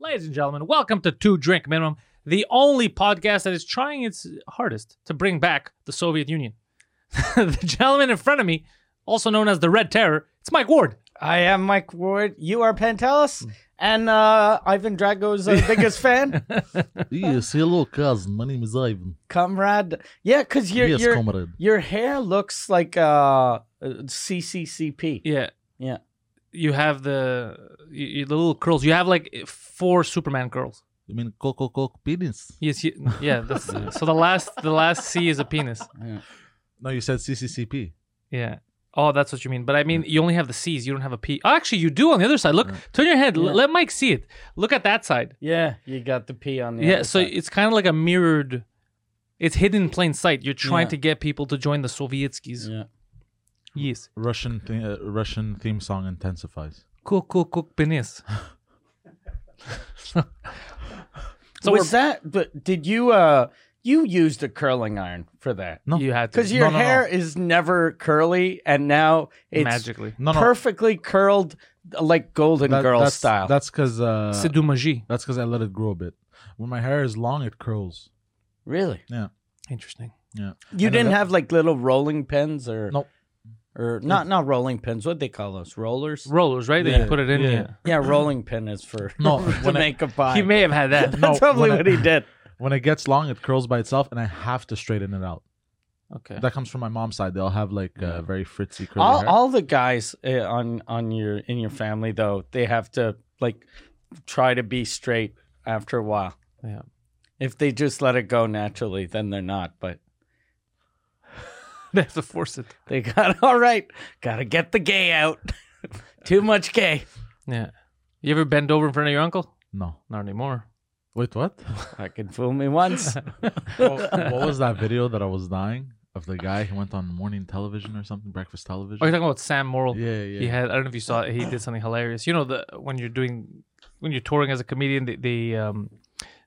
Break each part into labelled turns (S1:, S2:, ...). S1: Ladies and gentlemen, welcome to Two Drink Minimum, the only podcast that is trying its hardest to bring back the Soviet Union. the gentleman in front of me, also known as the Red Terror, it's Mike Ward.
S2: I am Mike Ward. You are
S3: Hmm.
S2: Pantelis, and uh, Ivan Drago's uh, biggest fan,
S3: Yes, hello, cousin. My name is Ivan.
S2: comrade. Yeah, because your
S3: yes,
S2: your
S3: comrade.
S2: your hair looks like uh, CCCP.
S1: Yeah.
S2: Yeah.
S1: You have the, you, you- the little curls. You have like four Superman curls.
S3: You mean coco cock penis?
S1: Yes, you, yeah. That's, so the last the last C is a penis.
S3: No, you said CCCP.
S1: Yeah. Oh, that's what you mean. But I mean, you only have the C's. You don't have a P. Oh, actually, you do on the other side. Look, turn your head. L-
S2: Yeah.
S1: let Mike see it. Look at that side.
S2: Yeah, you got the P on the
S1: Yeah.
S2: other
S1: so
S2: side.
S1: it's kind of like a mirrored. It's hidden in plain sight. You're trying to
S2: Yeah.
S1: get people to join the Sovietskis.
S2: yeah.
S1: Yes.
S3: Russian th- uh, Russian theme song intensifies.
S1: Cook, cook, cook, penis. so
S2: was
S1: we're-
S2: that? But did you uh you used a curling iron for that?
S3: No,
S1: you had to
S2: Because your
S3: no, no.
S2: hair is never curly, and now it's
S1: magically.
S3: no, no.
S2: perfectly curled, like Golden
S3: That-
S2: Girl
S3: that's,
S2: style.
S3: That's because uh,
S1: C'est du magie.
S3: that's because I let it grow a bit. When my hair is long, it curls.
S2: really.
S1: Interesting.
S3: Yeah.
S2: You
S3: I know
S2: didn't
S3: that-
S2: have like little rolling pins or
S3: Nope.
S2: or not not rolling pins. What they call those rollers?
S1: Rollers, right? That you
S3: Yeah,
S1: put it in.
S3: yeah.
S1: Yeah.
S2: yeah, rolling pin is for
S3: No,
S2: to
S3: when I-
S2: make a pie.
S1: He may have had that.
S3: No,
S2: That's probably
S3: when I-
S2: what he did.
S3: When it gets long, it curls by itself, and I have to straighten it out.
S1: Okay.
S3: That comes from my mom's side. They'll have like uh, very fritzy curly
S2: All
S3: hair.
S2: all the guys uh, on on your in your family though they have to like try to be straight after a while.
S1: Yeah.
S2: If they just let it go naturally, then they're not. But
S1: They have to force it.
S2: they got all right. Got to get the gay out. Too much gay.
S1: Yeah. You ever bend over in front of your uncle?
S3: no,
S1: Not anymore.
S3: wait, what?
S2: That could fool me once.
S3: what? What was that video that I was dying of the guy who went on morning television or something, breakfast television?
S1: Oh, you're talking about Sam Morrill.
S3: yeah, yeah.
S1: He had. I don't know if you saw. it. He did something hilarious. You know the when you're doing when you're touring as a comedian, they they um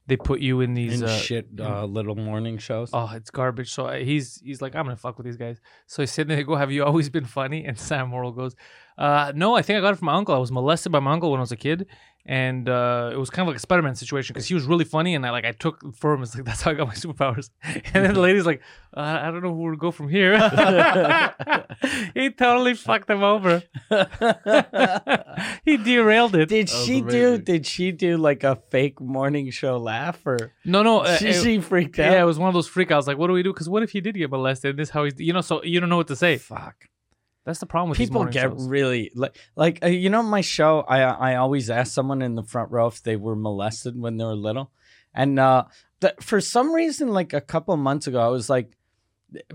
S1: they put you in these.
S2: In
S1: uh,
S2: shit uh, little morning shows.
S1: Oh, it's garbage. So I- he's he's like, I'm gonna fuck with these guys. So he's sitting there, they go, Have you always been funny? And Sam Morrill goes, uh, No, I think I got it from my uncle. I was molested by my uncle when I was a kid, and uh, it was kind of like a Spider Man situation because he was really funny, and I like I took it for him. It's like that's how I got my superpowers. And then the lady's like, uh, I don't know where to go from here. he totally fucked him over. he derailed it.
S2: Did
S3: That was
S2: she do?
S3: amazing.
S2: Did she do like a fake morning show laugh, or
S1: No, no. uh,
S2: she,
S1: it-
S2: she freaked
S1: yeah, it
S2: out?
S1: was one of those freak outs. Like, what do we do? Because what if he did get molested? And this is how he's, you know, so you don't know what to say.
S2: Fuck.
S1: That's the problem with these
S2: People
S1: morning
S2: get
S1: shows.
S2: really like, like uh, you know, my show. I I always ask someone in the front row if they were molested when they were little, and uh, that for some reason, like a couple months ago, I was like,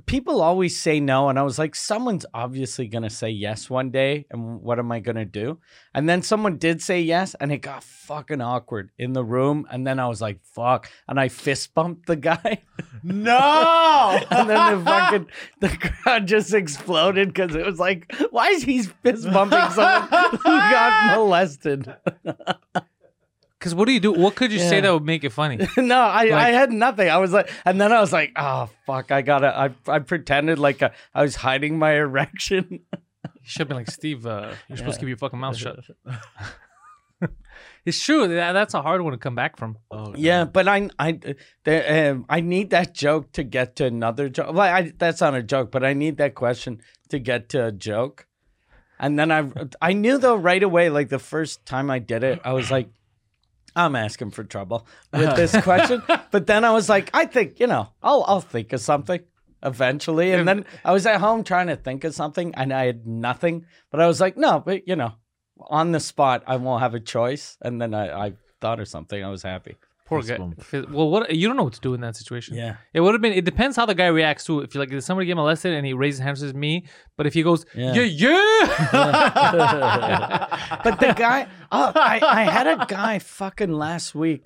S2: people always say no, and I was like, someone's obviously gonna say yes one day, and what am I gonna do? And then someone did say yes, and it got fucking awkward in the room, and then I was like, fuck, and I fist bumped the guy.
S3: No.
S2: and then the fucking the crowd just exploded because it was like, why is he fist bumping someone who got molested?
S1: Because what do you do? What could you say
S2: Yeah.
S1: that would make it funny?
S2: no, I, I
S1: Like-
S2: had nothing. I was like, and then I was like, oh fuck, I gotta. I I pretended like I I was hiding my erection.
S1: You should have been like, Steve, uh, you're supposed to keep your fucking mouth shut. it's true. That, that's a hard one to come back from.
S3: Oh,
S2: Yeah, but I I there, um, I need that joke to get to another joke. Like I, that's not a joke, but I need that question to get to a joke. And then I I knew though right away, like the first time I did it, I was like, I'm asking for trouble with this question. but then I was like, I think you know, I'll I'll think of something eventually. And then I was at home trying to think of something, and I had nothing. But I was like, no, but you know, on the spot, I won't have a choice. And then I. I Thought of something, I was happy.
S1: Poor
S3: Fist
S1: guy.
S3: bump.
S1: Fi- Well, what you don't know what to do in that situation.
S2: Yeah.
S1: It would have been. It depends how the guy reacts to. it. If you like, did somebody get molested and he raises his hands to me? But if he goes, yeah,
S2: Yeah.
S1: yeah,
S2: but the guy, oh, I, I had a guy fucking last week.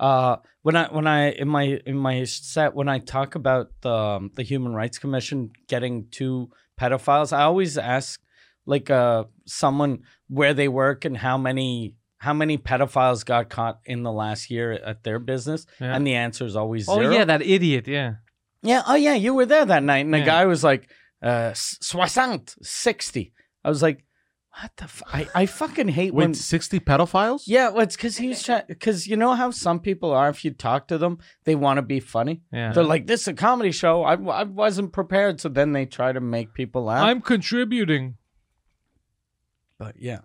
S2: Uh, when I when I in my in my set when I talk about the um, the Human Rights Commission getting two pedophiles, I always ask like uh someone where they work and how many how many pedophiles got caught in the last year at their business,
S1: Yeah.
S2: and the answer is always
S1: oh
S2: zero.
S1: yeah, that idiot. Yeah.
S2: Yeah. Oh, yeah. You were there that night. And the
S1: Yeah.
S2: guy was like, uh, s- soixante, 60. I was like, What the? F- I I fucking hate
S3: Wait,
S2: when.
S3: sixty pedophiles?
S2: Yeah, well, it's because he was trying. Because you know how some people are. If you talk to them, they want to be funny.
S1: Yeah.
S2: They're like, "This is a comedy show. I, I wasn't prepared." So then they try to make people laugh.
S1: I'm contributing.
S2: but yeah,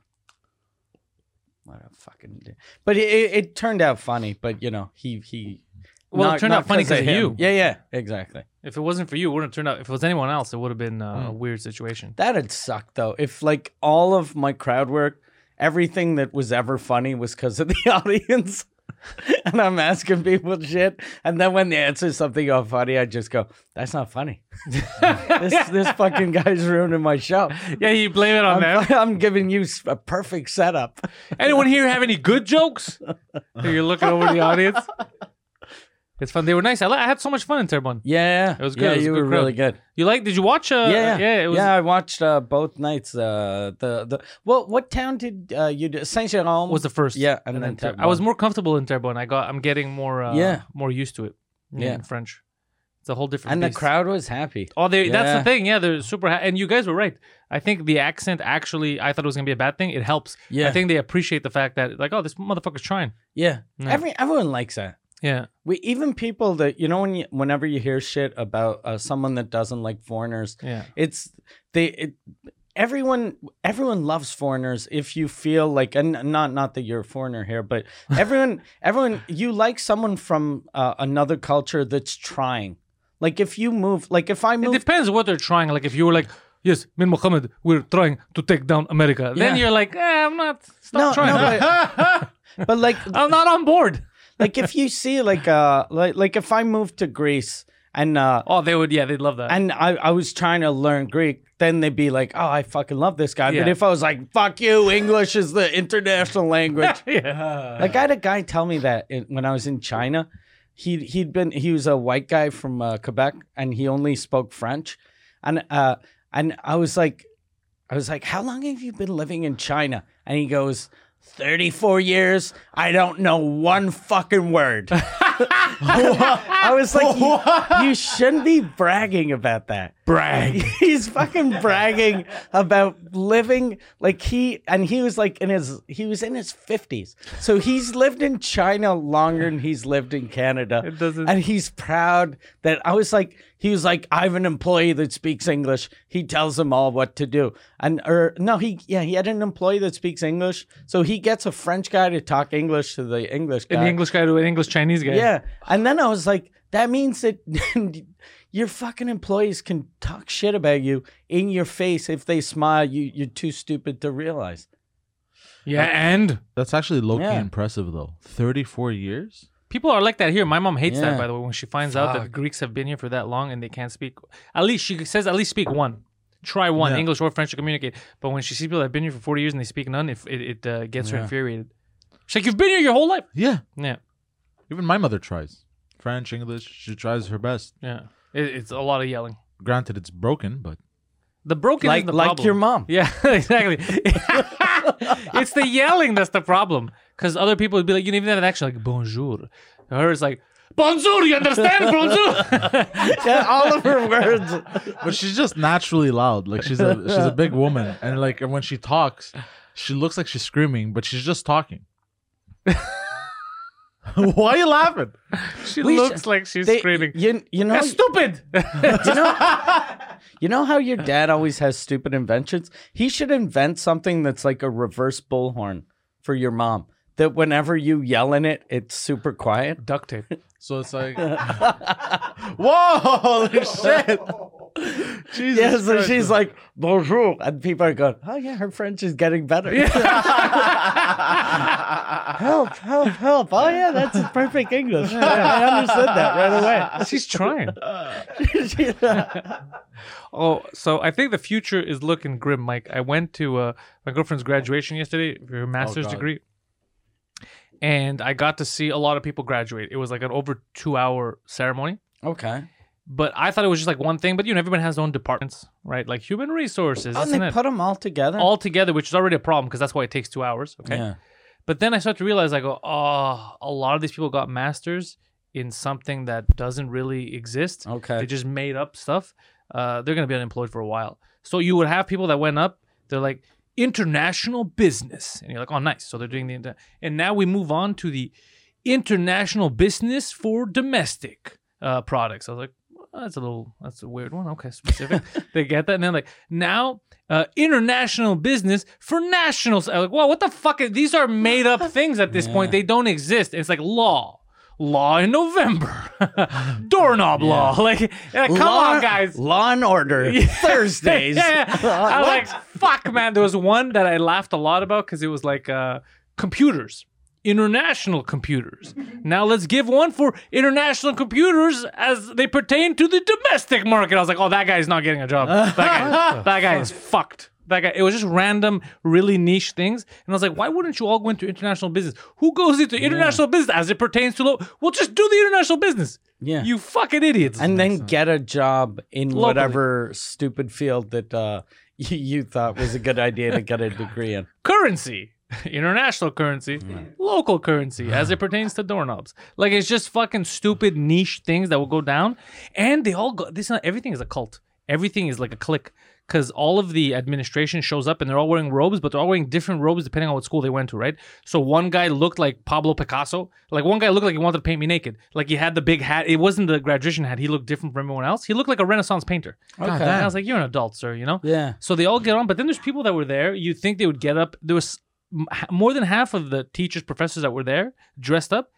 S2: what a fucking. d- But it, it, it turned out funny. But you know, he he.
S1: Well, it
S2: not-
S1: turned
S2: not
S1: out funny 'cause of
S2: him.
S1: you.
S2: Yeah, yeah, exactly.
S1: If it wasn't for you, it wouldn't have turned out. If it was anyone else, it would have been uh,
S2: Hmm.
S1: a weird situation.
S2: That'd suck though. If like all of my crowd work, everything that was ever funny was because of the audience. and I'm asking people shit. And then when they answer something all funny, I just go, That's not funny. this this fucking guy's ruining my show.
S1: Yeah, you blame it on them.
S2: I'm, I'm giving you s- a perfect setup.
S1: Anyone here have any good jokes? You're looking over the audience. It's fun. They were nice. I, li- I had so much fun in Terrebonne.
S2: Yeah.
S1: It was good.
S2: Yeah,
S1: It was a
S2: you
S1: good
S2: were really good.
S1: You like? Did you watch? Uh,
S2: yeah,
S1: yeah. It was,
S2: yeah. I watched uh, both nights. Uh, the the well, what town did uh, you do? Saint Jerome
S1: was the first.
S2: yeah, and, then,
S1: Ter- I was more comfortable in Terrebonne. I got. I'm getting more. Uh,
S2: Yeah.
S1: More used to it.
S2: Yeah.
S1: In French, it's a whole different.
S2: and the
S1: beast.
S2: crowd was happy.
S1: Oh, they, that's
S2: Yeah.
S1: the thing. Yeah, they're super. Ha- and you guys were right. I think the accent actually, I thought it was gonna be a bad thing. It helps.
S2: Yeah,
S1: I think they appreciate the fact that, like, oh, this motherfucker's trying.
S2: Yeah.
S1: Yeah.
S2: Every everyone likes that.
S1: Yeah,
S2: We even people that you know when you, whenever you hear shit about uh, someone that doesn't like foreigners,
S1: yeah,
S2: it's they it, everyone everyone loves foreigners if you feel like and not not that you're a foreigner here, but everyone everyone you like someone from uh, another culture that's trying. Like if you move like if I
S1: It
S2: move
S1: depends what they're trying. Like, if you were like, yes, Min Mohammed, we're trying to take down America, then
S2: Yeah.
S1: you're like, eh, I'm not. Stop
S2: No,
S1: trying.
S2: no, but like
S1: I'm not on board.
S2: like if you see like uh like like if I move to Greece and uh
S1: Oh, they would. Yeah, they'd love that.
S2: and I, I was trying to learn Greek, then they'd be like, "Oh, I fucking love this guy." But
S1: Yeah.
S2: if I was like, "Fuck you, English is the international language,"
S1: yeah.
S2: like I had a guy tell me that in, when I was in China, he he'd been he was a white guy from uh, Quebec, and he only spoke French, and uh, and I was like, I was like, "How long have you been living in China?" And he goes. 34 years, I don't know one fucking word. I was like, you, you shouldn't be bragging about that.
S1: brag.
S2: He's fucking bragging about living like he and he was like in his he was in his fifties. So he's lived in China longer than he's lived in Canada.
S1: It doesn't-
S2: and he's proud that I was like he was like, I have an employee that speaks English. He tells them all what to do. And or no, he yeah, he had an employee that speaks English. So he gets a French guy to talk English to the English guy.
S1: An English guy to an English Chinese guy.
S2: Yeah. And then I was like, that means that your fucking employees can talk shit about you in your face if they smile. You you're too stupid to realize.
S1: Yeah, and
S3: That's actually low key
S2: Yeah.
S3: impressive though. Thirty four years.
S1: People are like that here. My mom hates
S2: Yeah.
S1: that, by the way, when she finds out that
S2: Fuck.
S1: Greeks have been here for that long and they can't speak. At least she says, at least speak one. Try one,
S3: Yeah.
S1: English or French to communicate. But when she sees people that have been here for 40 years and they speak none, if it, it uh, gets her
S2: Yeah.
S1: infuriated. She's like, you've been here your whole life.
S3: Yeah.
S1: Yeah,
S3: Even my mother tries French, English. She tries her best.
S1: yeah. It, it's a lot of yelling.
S3: Granted, it's broken, but
S1: The broken is
S2: like
S1: the
S2: like
S1: problem.
S2: your mom.
S1: Yeah, exactly. it's the yelling that's the problem. Because other people would be like, you don't even have an action, like, bonjour. Hers like, bonjour, you understand? Bonjour.
S2: Yeah, all of her words.
S3: but she's just naturally loud. Like she's a she's a big woman, and like when she talks, she looks like she's screaming, but she's just talking. Why are you laughing?
S1: she
S2: We sh-
S1: looks like she's
S2: They-
S1: screaming.
S2: You, you know
S1: That's stupid.
S2: you know you know how your dad always has stupid inventions. He should invent something that's like a reverse bullhorn for your mom. That whenever you yell in it, it's super quiet.
S1: Duct tape.
S3: So it's like, whoa, holy shit! Jesus
S2: Yeah, so
S3: Christ.
S2: she's like, bonjour. And people are going, oh, yeah, her French is getting better. help, help, help. Oh, yeah, that's perfect English. Yeah, I understood that right
S1: She's trying.
S2: away. She-
S1: Oh, so I think the future is looking grim, Mike. I went to uh, my girlfriend's graduation yesterday for
S2: Oh,
S1: her master's
S3: God.
S1: degree, and I got to see a lot of people graduate. It was like an over two-hour ceremony.
S2: okay.
S1: But I thought it was just like one thing. But you know, everyone has their own departments, right? Like human resources,
S2: Oh, and
S1: isn't
S2: they
S1: it?
S2: put them all together?
S1: all together, which is already a problem because that's why it takes two hours. Okay.
S2: Yeah.
S1: But then I start to realize, I go, oh, a lot of these people got masters in something that doesn't really exist.
S2: Okay.
S1: They just made up stuff. Uh, they're gonna be unemployed for a while. So you would have people that went up. They're like, international business. And you're like, oh, nice. So they're doing the inter- and now we move on to the international business for domestic uh, products. I was like, well, that's a little that's a weird one. Okay, specific. they get that, and then like now uh, international business for nationals. I'm like, well, what the fuck? Is, these are made up things at this point. They don't exist. It's like law. Law in November, doorknob law. Like, yeah, come
S2: Law-
S1: on, guys.
S2: Law and Order Thursdays.
S1: Yeah, yeah. I was
S2: What?
S1: like, fuck, man. There was one that I laughed a lot about because it was like uh, computers, international computers. Now let's give one for international computers as they pertain to the domestic market. I was like, oh, that guy's not getting a job. That guy, that guy is fucked. That guy, it was just random, really niche things. And I was like, why wouldn't you all go into international business? Who goes into international business as it pertains to low? Well, just do the international business.
S2: Yeah.
S1: You fucking idiots.
S2: and then get a job in
S1: Locally.
S2: whatever stupid field that uh, you, you thought was a good idea to get a degree in.
S1: currency, international currency, local currency as it pertains to doorknobs. Like it's just fucking stupid niche things that will go down, and they all go. This everything is a cult. Everything is like a clique because all of the administration shows up and they're all wearing robes, but they're all wearing different robes depending on what school they went to, right? So one guy looked like Pablo Picasso. Like one guy looked like he wanted to paint me naked. Like he had the big hat. It wasn't the graduation hat. He looked different from everyone else. He looked like a Renaissance painter.
S3: God
S2: Okay.
S1: And I
S3: damn.
S1: was like, you're an adult, sir, you know?
S2: Yeah.
S1: So they all get on, but then there's people that were there. You'd think they would get up. There was m- h- more than half of the teachers, professors that were there dressed up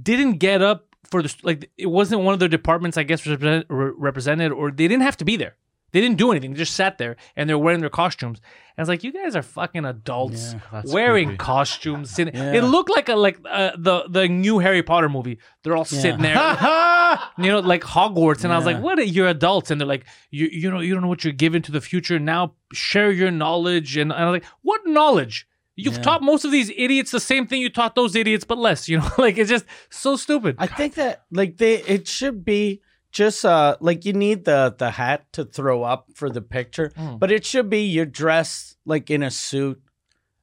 S1: didn't get up for the st- like. It wasn't one of their departments, I guess, represent, re- represented, or they didn't have to be there. They didn't do anything. They just sat there and they're wearing their costumes. And it's like you guys are fucking adults
S2: Yeah,
S3: that's
S1: wearing
S3: creepy.
S1: costumes. Sitting,
S2: Yeah.
S1: It looked like a like uh, the the new Harry Potter movie. They're all
S2: Yeah.
S1: sitting there you know, like Hogwarts. And I was like,
S2: Yeah.
S1: what? Are, you're adults. And they're like, you, you know, you don't know what you're given to the future. Now share your knowledge. And, and I was like, what knowledge? You've
S2: Yeah.
S1: taught most of these idiots the same thing you taught those idiots, but less, you know, like it's just so stupid.
S2: I think that like they it should be just uh like you need the the hat to throw up for the picture,
S1: Mm.
S2: but it should be you're dressed like in a suit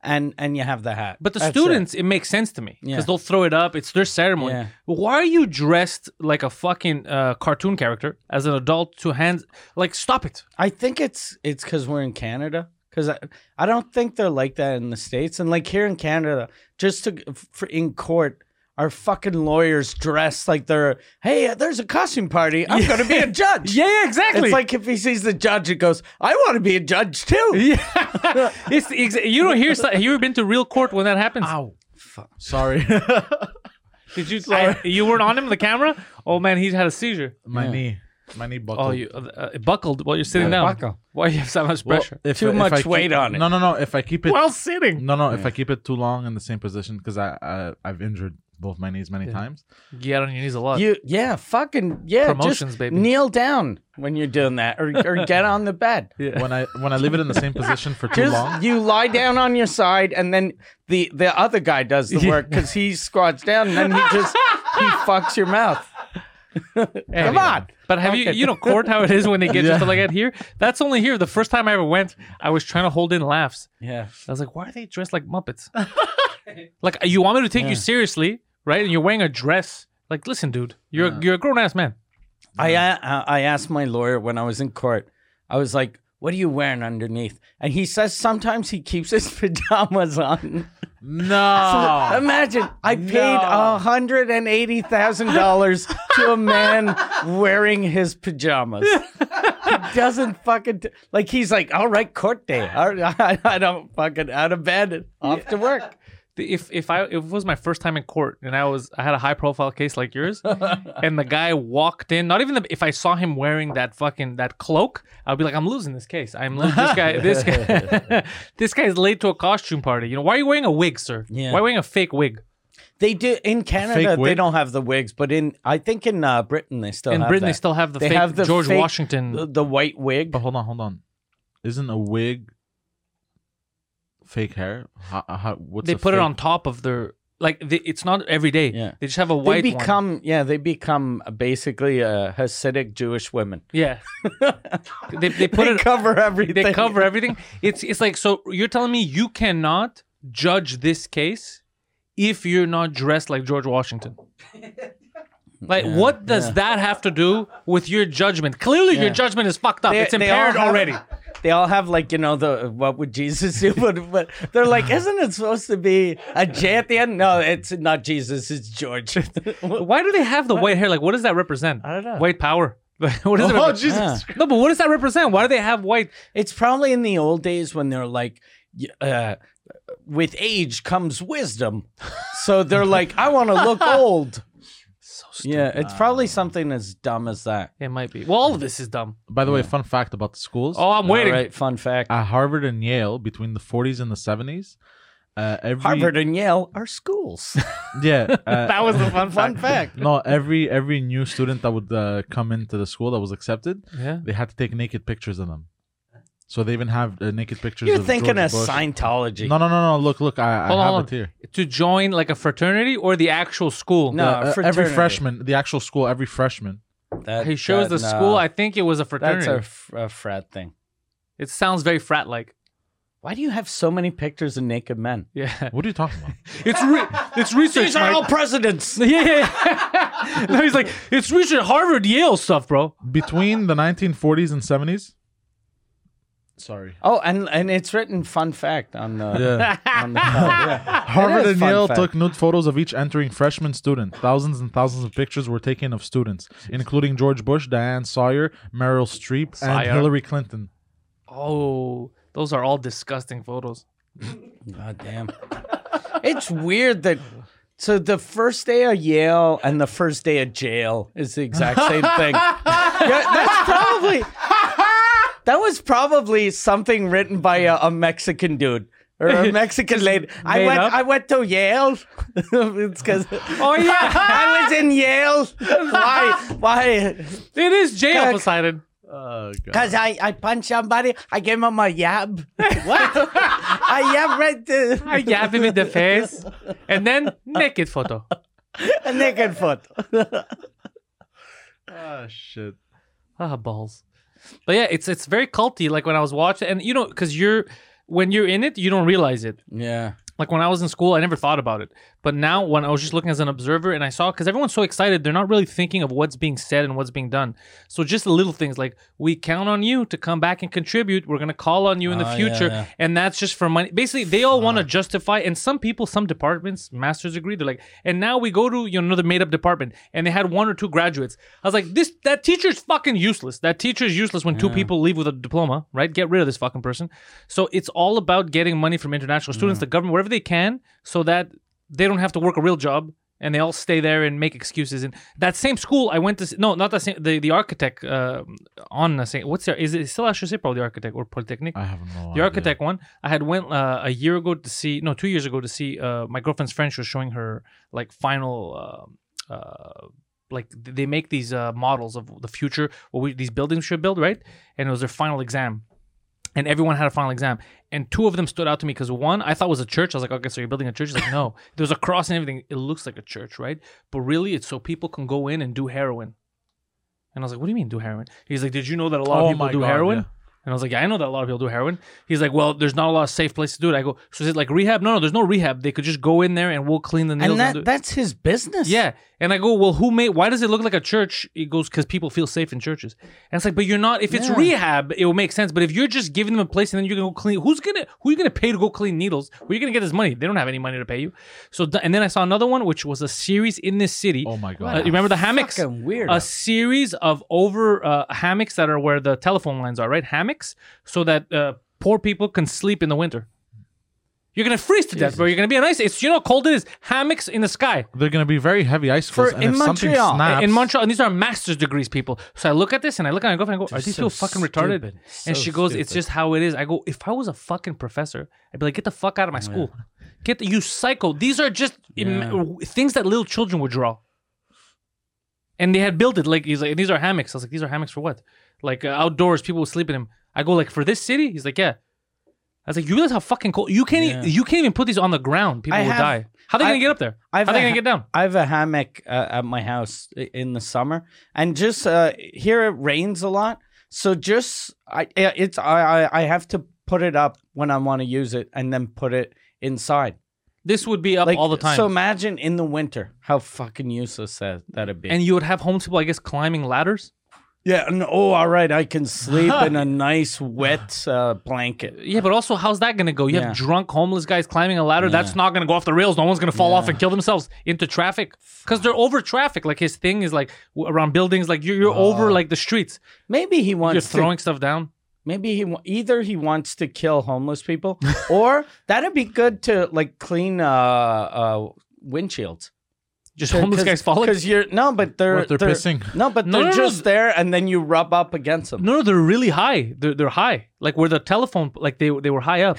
S2: and and you have the hat.
S1: but the
S2: That's it.
S1: students, it. makes sense to me because
S2: Yeah.
S1: they'll throw it up. It's their ceremony.
S2: Yeah.
S1: Why are you dressed like a fucking uh, cartoon character as an adult to hands? Like, stop it.
S2: I think it's it's because we're in Canada. Because I, I don't think they're like that in the states. And like here in Canada, just to for in court, our fucking lawyers dress like they're hey, uh, there's a costume party. I'm gonna be a judge.
S1: Yeah, yeah, exactly.
S2: It's like if he sees the judge, it goes, I want to be a judge too.
S1: yeah, it's the exa- you don't hear. Have you ever been to real court when that happens?
S3: Ow. Sorry.
S1: Did you? I, you weren't on him the camera. Oh man, he's had a seizure.
S3: My knee. My knee buckled.
S1: Oh, you uh, it buckled while you're sitting
S2: Yeah,
S1: down.
S2: buckle.
S1: Why you have so much
S3: Well,
S1: pressure?
S3: if-
S2: Too
S3: if
S2: much
S3: I keep-
S2: weight on it.
S3: No, no, no. If I keep it,
S1: while sitting.
S3: no, no. If I keep it too long in the same position, because I, I I've injured both my knees many times.
S1: Get on your knees a lot.
S2: You yeah, fucking yeah.
S1: Uh, Promotions,
S2: just
S1: baby.
S2: Kneel down when you're doing that, or or get on the bed.
S3: When I when I leave it in the same position for too
S2: Just
S3: long,
S2: you lie down on your side, and then the the other guy does the
S1: Yeah.
S2: work because he squats down, and then he just he fucks your mouth. Come on.
S1: But have you you know court how it is when they get
S3: Yeah.
S1: just like that here? That's only here. The first time I ever went, I was trying to hold in laughs.
S2: Yeah.
S1: I was like, why are they dressed like Muppets? like you want me to take you seriously, right? And you're wearing a dress. Like, listen, dude, you're you're a grown ass man.
S2: I a- I asked my lawyer when I was in court. I was like, "What are you wearing underneath?" And he says sometimes he keeps his pajamas on.
S3: no.
S2: Imagine I paid
S3: No.
S2: hundred and eighty thousand dollars to a man wearing his pajamas. he doesn't fucking t- like. He's like, all right, court day. All right, I, I don't fucking out of bed and off to work.
S1: the- if if I if it was my first time in court and I was I had a high profile case like yours, and the guy walked in, not even the, if I saw him wearing that fucking that cloak, I'd be like, I'm losing this case. I'm lo- this guy this guy this guy's late to a costume party. You know why are you wearing a wig, sir?
S2: Yeah.
S1: Why are you wearing a fake wig?
S2: They do in Canada. They
S3: wig?
S2: don't have the wigs, but in I think in uh, Britain they still
S1: In
S2: have
S1: Britain, they
S2: that.
S1: still have the
S2: They
S1: fake
S2: have the
S1: George
S2: fake-
S1: Washington. Oh,
S2: the, the white wig.
S3: But hold on, hold on. Isn't a wig fake hair? How, how, what's
S1: they
S3: a
S1: put it
S3: fake-
S1: on top of their like they, it's not every day.
S2: Yeah.
S1: They just have a
S2: They
S1: white one.
S2: become yeah. They become basically uh, Hasidic Jewish women.
S1: Yeah. they they put
S2: They
S1: it
S2: cover everything.
S1: they cover everything. It's it's like so you're telling me you cannot judge this case if you're not dressed like George Washington. Like what does that have to do with your judgment? Clearly your
S2: Yeah.
S1: judgment is fucked up.
S2: They-
S1: it's
S2: they all
S1: impaired
S2: have-
S1: already.
S2: they all have like you know the what would Jesus do? But, but they're like, isn't it supposed to be a J at the end? No, it's not Jesus. It's George.
S1: Why do they have the white hair? Like, what does that represent?
S2: I don't know.
S1: White power. what does it
S3: Oh
S1: represent?
S3: Jesus!
S2: Yeah.
S3: Christ.
S1: No, but what does that represent? Why do they have white?
S2: It's probably in the old days when they're like, y- uh, with age comes wisdom. So they're like, I want to look old.
S1: So stupid.
S2: Yeah, it's probably something as dumb as that.
S1: It might be. Well, all of this is dumb.
S3: By the way, fun fact about the schools.
S1: Oh, I'm waiting.
S2: All right, fun fact.
S1: Uh,
S3: At Harvard and Yale, between the 40s and the 70s, uh, every
S2: Harvard and Yale are schools.
S3: yeah, uh,
S1: That was the fun
S2: fun
S1: fact.
S2: fact.
S3: no, every every new student that would uh, come into the school that was accepted,
S1: Yeah.
S3: they had to take naked pictures of them. So they even have uh, naked pictures.
S2: You're
S3: of
S2: thinking
S3: George
S2: of
S3: Bush.
S2: Scientology.
S3: No, no, no, no. Look, look. I, I
S1: Hold on,
S3: have
S1: hold
S3: it here.
S1: To join like a fraternity or the actual school.
S2: No,
S3: Uh, every
S2: fraternity.
S3: freshman, the actual school, every freshman.
S2: That-
S1: He shows
S2: that-
S1: the
S2: no.
S1: school. I think it was a fraternity.
S2: That's a, f- a frat thing.
S1: It sounds very frat like.
S2: Why do you have so many pictures of naked men?
S1: Yeah.
S3: What are you talking about?
S1: It's re- it's research.
S2: These are
S1: Mike.
S2: all presidents.
S1: yeah, yeah. yeah. no, he's like, it's research Harvard, Yale stuff, bro.
S3: Between the 1940s and 70s. Sorry.
S2: Oh, and and it's written fun fact on the
S3: Yeah.
S2: on the yeah.
S3: Harvard
S2: is
S3: and
S2: fun
S3: Yale
S2: fact.
S3: took nude photos of each entering freshman student. Thousands and thousands of pictures were taken of students, including George Bush, Diane Sawyer, Meryl Streep, and
S1: Sawyer.
S3: Hillary Clinton.
S1: Oh, those are all disgusting photos.
S2: God damn. It's weird that so the first day of Yale and the first day of jail is the exact same thing. Yeah, that's probably that was probably something written by a, a Mexican dude. Or a Mexican lady. I
S1: made
S2: went.
S1: up?
S2: I went to Yale. it's because
S1: Oh yeah,
S2: I was in Yale. Why? Why?
S1: it is jail
S2: Heck.
S1: Poseidon.
S3: Oh, God.
S2: Because I, I punched somebody, I gave him a yab. What? I yab right to
S1: I yap him in the face, and then naked photo.
S2: a naked foot.
S3: Oh, shit.
S1: Ah, balls. But yeah, it's it's very culty. Like when I was watching, and you know, because you're when you're in it, you don't realize it.
S2: Yeah.
S1: Like when I was in school, I never thought about it. But now, when I was just looking as an observer and I saw, because everyone's so excited, they're not really thinking of what's being said and what's being done. So just the little things like, we count on you to come back and contribute. We're going to call on you in the
S2: Oh, yeah,
S1: future.
S2: yeah.
S1: And that's just for money. Basically, they all want to justify. And some people, some departments, master's degree, they're like, and now we go to you know, another made up department and they had one or two graduates. I was like, this, that teacher's fucking useless. That teacher's useless when two people leave with a diploma, right? Get rid of this fucking person. So it's all about getting money from international students, the government, wherever they can, so that they don't have to work a real job and they all stay there and make excuses. And that same school I went to, s- no, not that same, the, the architect uh, on the same, what's there? Is it still Asher Pro, the architect or Polytechnic?
S3: I have no idea.
S1: the architect one i had went uh, a year ago to see no two years ago to see uh, my girlfriend's friend she was showing her like final uh, uh, like th- they make these uh, models of the future what we, these buildings should build right and it was their final exam and everyone had a final exam and two of them stood out to me because one i thought was a church i was like okay so you're building a church She's like no there's a cross and everything it looks like a church right but really it's so people can go in and do heroin and i was like what do you mean do heroin he's like did you know that a lot
S3: Oh
S1: of people
S3: my
S1: do
S3: God,
S1: heroin
S3: yeah.
S1: and I was like, yeah, I know that a lot of people do heroin. He's like, well, there's not a lot of safe places to do it. I go, so is it like rehab? No, no, there's no rehab. They could just go in there and we'll clean the needles.
S2: And
S1: And
S2: that
S1: do it."
S2: that's his business.
S1: yeah. And I go, well, who made, why does it look like a church? It goes, because people feel safe in churches. And it's like, but you're not, if it's
S2: Yeah.
S1: rehab, it will make sense. But if you're just giving them a place and then you're going to go clean, who's going to, who are you going to pay to go clean needles? Where are you going to get this money? They don't have any money to pay you. So, th- and then I saw another one, which was a series in this city.
S3: Oh, my God.
S1: Uh, you remember the hammocks?
S2: Fucking weird.
S1: a series of over uh, hammocks that are where the telephone lines are, right? Hammocks, so that uh, poor people can sleep in the winter. You're gonna freeze to death, bro. You're gonna be on ice. It's you know how cold it is. Hammocks in the sky
S3: They're going to be very heavy icicles.
S2: For-
S3: and
S2: in
S3: if
S2: Montreal.
S3: something snaps,
S1: in Montreal, and these are master's degrees people. So I look at this and I look at my girlfriend and I go, "Are these
S2: so
S1: people fucking retarded?"
S2: stupid.
S1: and
S2: So
S1: she goes, "It's
S2: stupid.
S1: just how it is." I go, "If I was a fucking professor, I'd be like, get the fuck out of my school, get the, you psycho." These are just im-
S2: Yeah.
S1: w- things that little children would draw. And they had built it like he's like, "These are hammocks." I was like, "These are hammocks for what?" Like uh, outdoors, people would sleep in them. I go like, "For this city?" He's like, "Yeah." I was like, "You realize how fucking cold you can't e-
S2: Yeah.
S1: you can't even put these on the ground. People
S2: I
S1: will
S2: have-
S1: die. How are they
S2: I-
S1: gonna get up there?
S2: I've
S1: how they
S2: a-
S1: gonna get down?"
S2: I have a hammock uh, at my house i- in the summer, and just uh, here it rains a lot. So just I i- it's I I I have to put it up when I want to use it, and then put it inside
S1: This would be up all the time.
S2: So imagine in the winter how fucking useless that that'd be.
S1: And you would have homeless people, I guess, climbing ladders.
S2: Yeah. And, oh, all right. I can sleep in a nice wet uh, blanket.
S1: Yeah, but also, how's that gonna go? You
S2: Yeah.
S1: have drunk homeless guys climbing a ladder. That's not gonna go off the rails. No one's gonna fall off and kill themselves into traffic because they're over traffic. Like his thing is like w- around buildings. Like you're, you're over
S2: Uh,
S1: like the streets.
S2: Maybe he
S1: You're
S2: wants to
S1: throwing stuff down.
S2: Maybe he wa- either he wants to kill homeless people, or that'd be good to like clean uh, uh, windshields.
S1: Just homeless guys falling.
S2: because you're no, but they're
S3: What, they're pissing?
S2: No, but
S1: No,
S2: they're
S1: no, no.
S2: just there, and then you rub up against them.
S1: No, they're really high. They're, they're high. Like where the telephone, like they they were high up,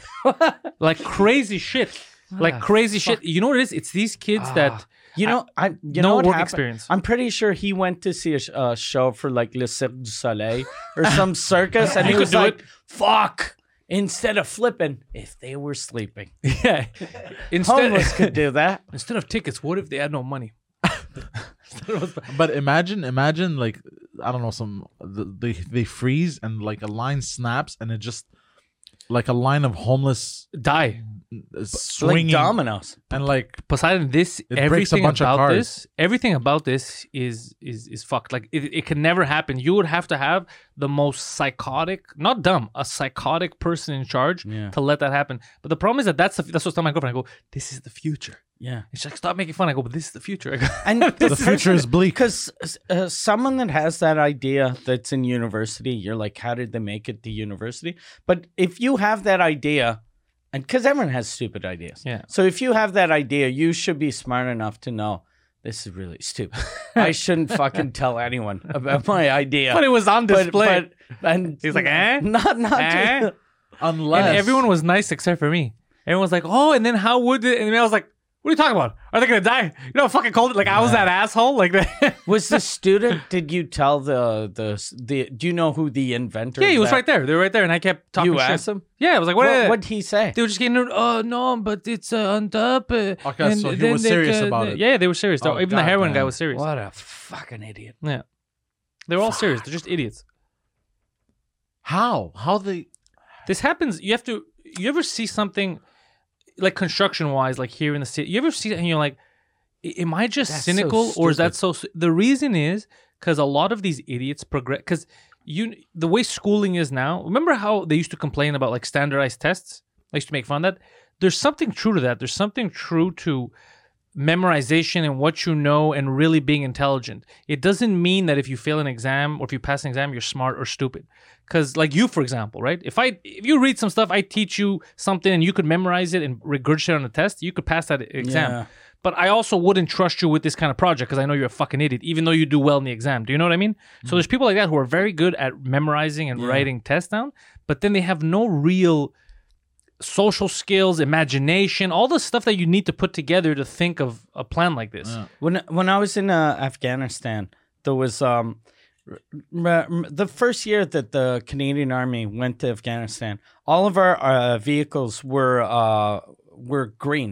S1: like crazy shit, like crazy shit. You know what it is? It's these kids that
S2: You know, I,
S1: no
S2: you know what
S1: work
S2: happened?
S1: experience.
S2: I'm pretty sure he went to see a sh- uh, show for like Le Cirque du Soleil or some circus, and
S1: You
S2: he
S1: could
S2: was
S1: do
S2: like,
S1: it.
S2: "Fuck!" Instead of flipping, if they were sleeping,
S1: yeah.
S2: homeless
S1: Instead
S2: could do that.
S1: instead of tickets, what if they had no money?
S3: But imagine, imagine like I don't know, some th- they they freeze and like a line snaps and it just like a line of homeless
S1: Die.
S3: uh, swinging
S2: Like dominoes.
S3: and like
S1: Poseidon, this
S3: breaks a
S1: everything
S3: bunch of
S1: about
S3: cars.
S1: this, everything about this is is is fucked. Like it, it can never happen. You would have to have the most psychotic, not dumb, a psychotic person in charge
S2: Yeah.
S1: to let that happen. But the problem is that that's the, that's what I tell my girlfriend. I go, this is the future.
S2: Yeah.
S1: And she's like, stop making fun. I go, but this is the future. I go,
S2: And
S3: the future is bleak.
S2: because uh, someone that has that idea that's in university, you're like, how did they make it to university? But if you have that idea, and because everyone has stupid ideas,
S1: Yeah.
S2: So if you have that idea, you should be smart enough to know this is really stupid. I shouldn't fucking tell anyone about my idea.
S1: but it was on
S2: But-
S1: display.
S2: but- and
S1: He's like, eh?
S2: not not
S1: Eh?
S2: just-
S3: Unless
S1: And everyone was nice except for me. Everyone was like, oh, and then how would it? And I was like, what are you talking about? Are they gonna die? You know, I fucking called it. Like I was that asshole. Like that.
S2: was the student. Did you tell the the the? Do you know who the inventor?
S1: yeah,
S2: of
S1: he was
S2: that-
S1: right there. They were right there, and I kept talking.
S2: You
S1: shit.
S2: asked him.
S1: Yeah, I was like, what?
S2: What would he say?
S1: They were just getting, oh no, but it's uh, on top. Uh,
S3: Okay,
S1: and
S3: so he
S1: then
S3: was
S1: they
S3: serious
S1: ca-
S3: about
S1: they-
S3: it.
S1: Yeah, they were serious. though.
S3: Oh,
S1: Even the heroin guy
S3: goddamn.
S1: was serious.
S2: What a fucking idiot.
S1: Yeah, they were all serious. They're just idiots.
S3: how how they
S1: This happens. You have to. You ever see something like construction wise, like here in the city? You ever see that and you're like, "A- am I just
S2: That's so
S1: cynical or is that
S2: stupid.
S1: so? s- The reason is because a lot of these idiots progress. Because you, the way schooling is now. Remember how they used to complain about like standardized tests? I used to make fun of that. There's something true to that. There's something true to memorization and what you know and really being intelligent. It doesn't mean that if you fail an exam or if you pass an exam, you're smart or stupid. Because like you, for example, right? If I if you read some stuff, I teach you something and you could memorize it and regurgitate it on a test, you could pass that exam.
S2: Yeah.
S1: But I also wouldn't trust you with this kind of project because I know you're a fucking idiot, even though you do well in the exam. Do you know what I mean? So there's people like that who are very good at memorizing and writing tests down, but then they have no real social skills, imagination, all the stuff that you need to put together to think of a plan like this.
S3: Yeah.
S2: When when I was in uh, Afghanistan, there was um r- r- the first year that the Canadian Army went to Afghanistan. All of our uh, vehicles were uh were green,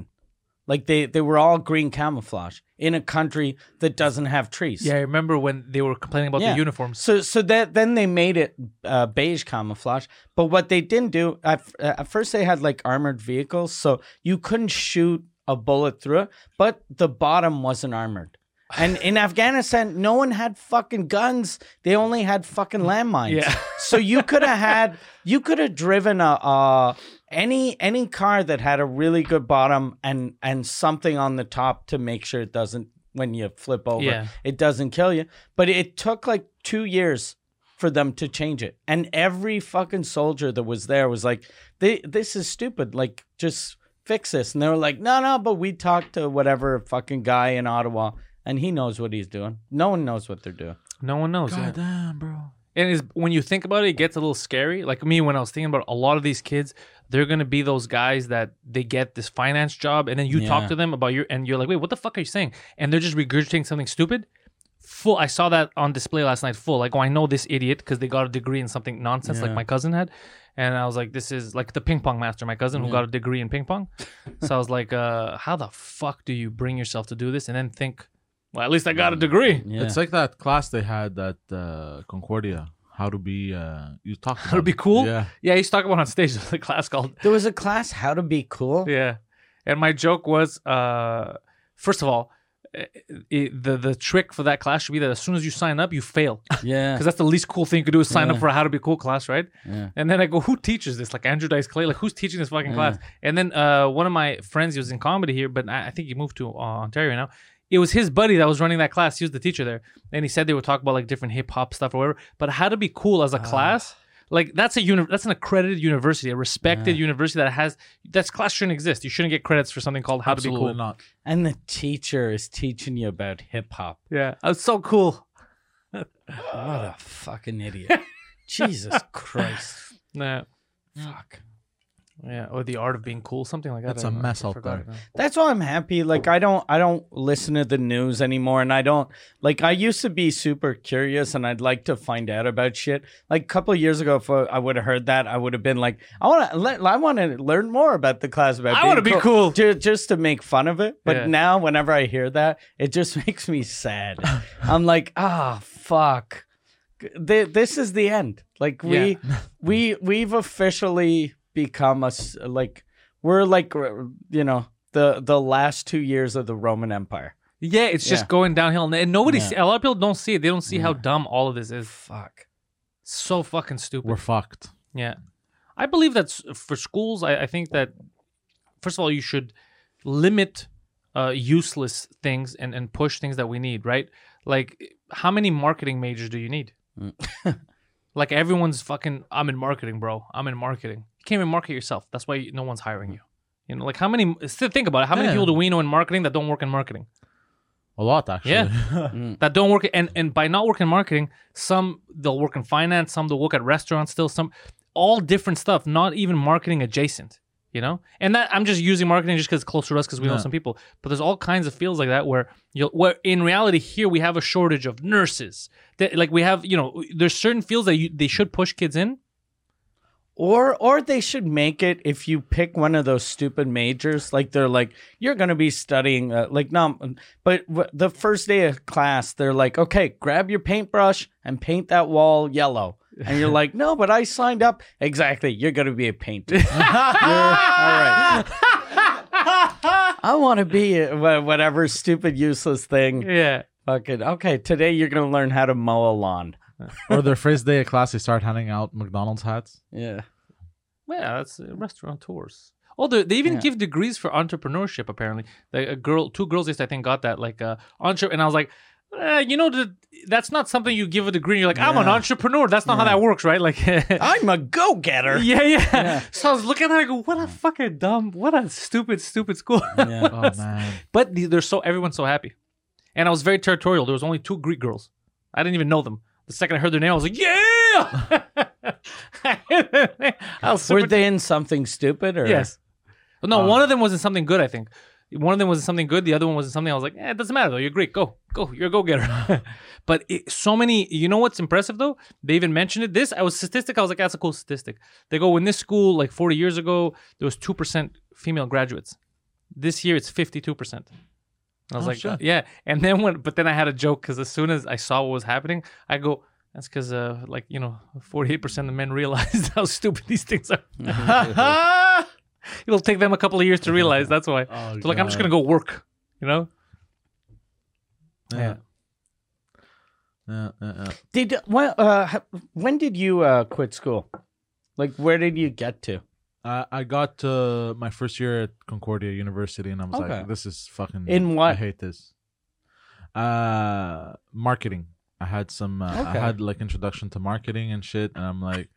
S2: like they they were all green camouflage in a country that doesn't have trees.
S1: Yeah, I remember when they were complaining about
S2: Yeah.
S1: the uniforms.
S2: So so that then they made it uh, beige camouflage. But what they didn't do at, at first they had like armored vehicles, so you couldn't shoot a bullet through it. But the bottom wasn't armored. And in Afghanistan, no one had fucking guns. They only had fucking landmines.
S1: Yeah.
S2: so you could have had, you could have driven a, uh any any car that had a really good bottom and and something on the top to make sure it doesn't when you flip over
S1: Yeah.
S2: it doesn't kill you. But it took like two years for them to change it. And every fucking soldier that was there was like, "Thi- this is stupid. Like, just fix this. And they were like, no, no, but we talked to whatever fucking guy in Ottawa and he knows what he's doing. No one knows what they're doing.
S1: No one knows. yeah.
S3: God damn, bro.
S1: and is when you think about it, it gets a little scary. Like me, when I was thinking about it, a lot of these kids, they're gonna be those guys that they get this finance job, and then you
S2: Yeah.
S1: talk to them about your, and you're like, wait, what the fuck are you saying? And they're just regurgitating something stupid. Full. I saw that on display last night. Full. Like, oh, I know this idiot because they got a degree in something nonsense, like
S2: Yeah.
S1: my cousin had. And I was like, this is like the ping pong master, my cousin who got a degree in ping pong. so I was like, uh, how the fuck do you bring yourself to do this and then think, well, at least I got a degree.
S2: Yeah.
S3: It's like that class they had at uh, Concordia. How to be uh, you talk
S1: That would be cool.
S3: Yeah.
S1: Yeah, I used to talk about it on stage. There's a class called
S2: there was a class, How to Be Cool.
S1: Yeah. And my joke was, uh, first of all, it, the the trick for that class should be that as soon as you sign up, you fail
S2: Yeah.
S1: because that's the least cool thing you could do is sign up
S2: Yeah.
S1: for a How to Be Cool class, right?
S2: Yeah.
S1: And then I go, who teaches this? Like Andrew Dice Clay, like who's teaching this fucking class? And then uh, one of my friends, he was in comedy here, but I, I think he moved to uh, Ontario now. It was his buddy that was running that class. He was the teacher there, and he said they would talk about like different hip hop stuff or whatever. But How to Be Cool
S3: Ah.
S1: as a class. Like that's a uni- that's an accredited university, a respected university that has that class shouldn't exist. You shouldn't get credits for something called how
S3: Absolutely
S1: to be cool.
S3: not.
S2: And the teacher is teaching you about hip hop.
S1: Yeah, it's so cool.
S2: What a fucking idiot. Jesus Christ.
S1: Yeah,
S2: Fuck.
S1: yeah, or the art of being cool, something like that.
S3: That's
S1: I
S3: a
S1: don't know.
S3: mess
S1: I
S3: out
S1: forgot
S3: there.
S1: it now.
S2: That's why I'm happy. Like I don't I don't listen to the news anymore and I don't like I used to be super curious and I'd like to find out about shit. Like a couple of years ago if uh, I- I would have heard that, I would have been like I want to I want to learn more about the class about
S1: I
S2: want
S1: wanna
S2: to
S1: be cool.
S2: Ju- just to make fun of it. But
S1: Yeah.
S2: now whenever I hear that, it just makes me sad. I'm like, "Ah, fuck. Th- This is the end." Like we we we've officially become a s- like we're like r- you know the the last two years of the Roman Empire.
S1: Yeah, it's just
S2: Yeah.
S1: going downhill, and- and nobody,
S2: Yeah.
S1: see- a lot of people don't see it. They don't see how dumb all of this is.
S2: Fuck.
S1: So fucking stupid.
S3: We're fucked.
S1: yeah, I believe that for schools, I, I think that first of all, you should limit uh, useless things and and push things that we need. Right? Like, how many marketing majors do you need? like everyone's fucking. I'm in marketing, bro. I'm in marketing. You can't even market yourself. That's why no one's hiring you. You know, like how many? Still think about it. How many
S3: Yeah.
S1: people do we know in marketing that don't work in marketing?
S3: A lot, actually.
S1: Yeah. that don't work and and by not working in marketing some they'll work in finance some they'll work at restaurants still some all different stuff not even marketing adjacent you know and that i'm just using marketing just because it's close to us because we know
S3: No.
S1: some people but there's all kinds of fields like that where you'll where in reality here we have a shortage of nurses that like we have you know there's certain fields that you, they should push kids in
S2: Or or they should make it if you pick one of those stupid majors, like they're like you're gonna be studying uh, like no, but w- the first day of class they're like okay, grab your paintbrush and paint that wall yellow, and you're like no, but I signed up exactly. You're gonna be a painter. You're- all right. I want to be a- wha- whatever stupid useless thing.
S1: yeah
S2: Fucking okay. Today you're gonna learn how to mow a lawn.
S3: or their first day of class, they start handing out McDonald's hats.
S2: Yeah.
S1: Well, yeah, that's uh, restaurateurs. Oh, they they even give degrees for entrepreneurship. Apparently, the, a girl, two girls, just I think got that like uh, entre. And I was like, eh, you know, the, that's not something you give a degree. and You're like, I'm an
S2: Yeah.
S1: entrepreneur. That's not how that works, right? Like, yeah,
S2: I'm a go getter.
S1: yeah, So I was looking at it, I go, what a fucking dumb, what a stupid, stupid school.
S3: Oh man,
S1: but the- they're so everyone's so happy, and I was very territorial. There was only two Greek girls. I didn't even know them. The second I heard their name, I was like, yeah. I was super
S2: Were they in something stupid or
S1: Yes. No,
S3: Uh,
S1: one of them wasn't something good, I think. One of them was something good, the other one was something I was like, eh, it doesn't matter though. You're Greek. Go. Go. You're a go getter. but it, so many, you know what's impressive though? They even mentioned it. This, I was statistic. I was like, that's a cool statistic. They go, in this school, like 40 years ago, there was 2% female graduates. This year, it's 52%. I was
S3: Oh,
S1: like,
S3: shit.
S1: yeah. And then when, but then I had a joke because as soon as I saw what was happening, I go, that's because, uh, like, you know, 48% of men realized how stupid these things are.
S3: Mm-hmm.
S1: It'll take them a couple of years to realize. That's why.
S3: Oh,
S1: so like, I'm just
S3: God.
S1: gonna go work. You know?
S3: Yeah. Yeah, yeah, yeah.
S2: Did well, uh, h- when did you uh, quit school? Like where did you get to?
S3: I, I got to my first year at Concordia University, and I was
S2: Okay.
S3: like, "This is fucking."
S2: In what?
S3: I hate this. Uh, marketing. I had some. Uh,
S2: Okay.
S3: I had like introduction to marketing and shit, and I'm like,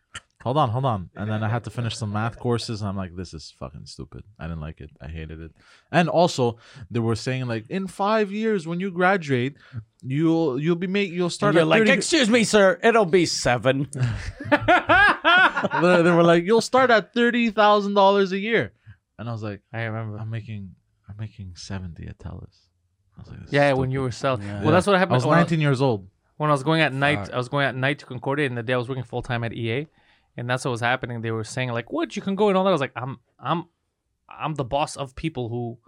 S3: "Hold on, hold on," and then I had to finish some math courses, and I'm like, "This is fucking stupid. I didn't like it. I hated it." And also, they were saying like, in five years when you graduate, you'll you'll be made you'll
S2: And
S3: start
S2: you're
S3: at
S2: like,
S3: 30
S2: excuse me, sir, it'll be seven.
S3: they, they were like, "You'll start at thirty thousand dollars a year," and I was like.
S1: I remember.
S3: I'm making I'm making seventy at Telus. I was like, this is
S1: Yeah, when
S3: stupid.
S1: you were selling.
S2: Yeah.
S1: Well, that's what
S3: I
S1: happened
S3: was
S1: when, I-
S3: nineteen years old.
S1: when I was going at night.
S2: Fuck.
S1: I was going at night to Concordia, and the day I was working full time at EA, and that's what was happening. They were saying like, "What you can go and all that." I was like, "I'm, I'm, I'm the boss of people who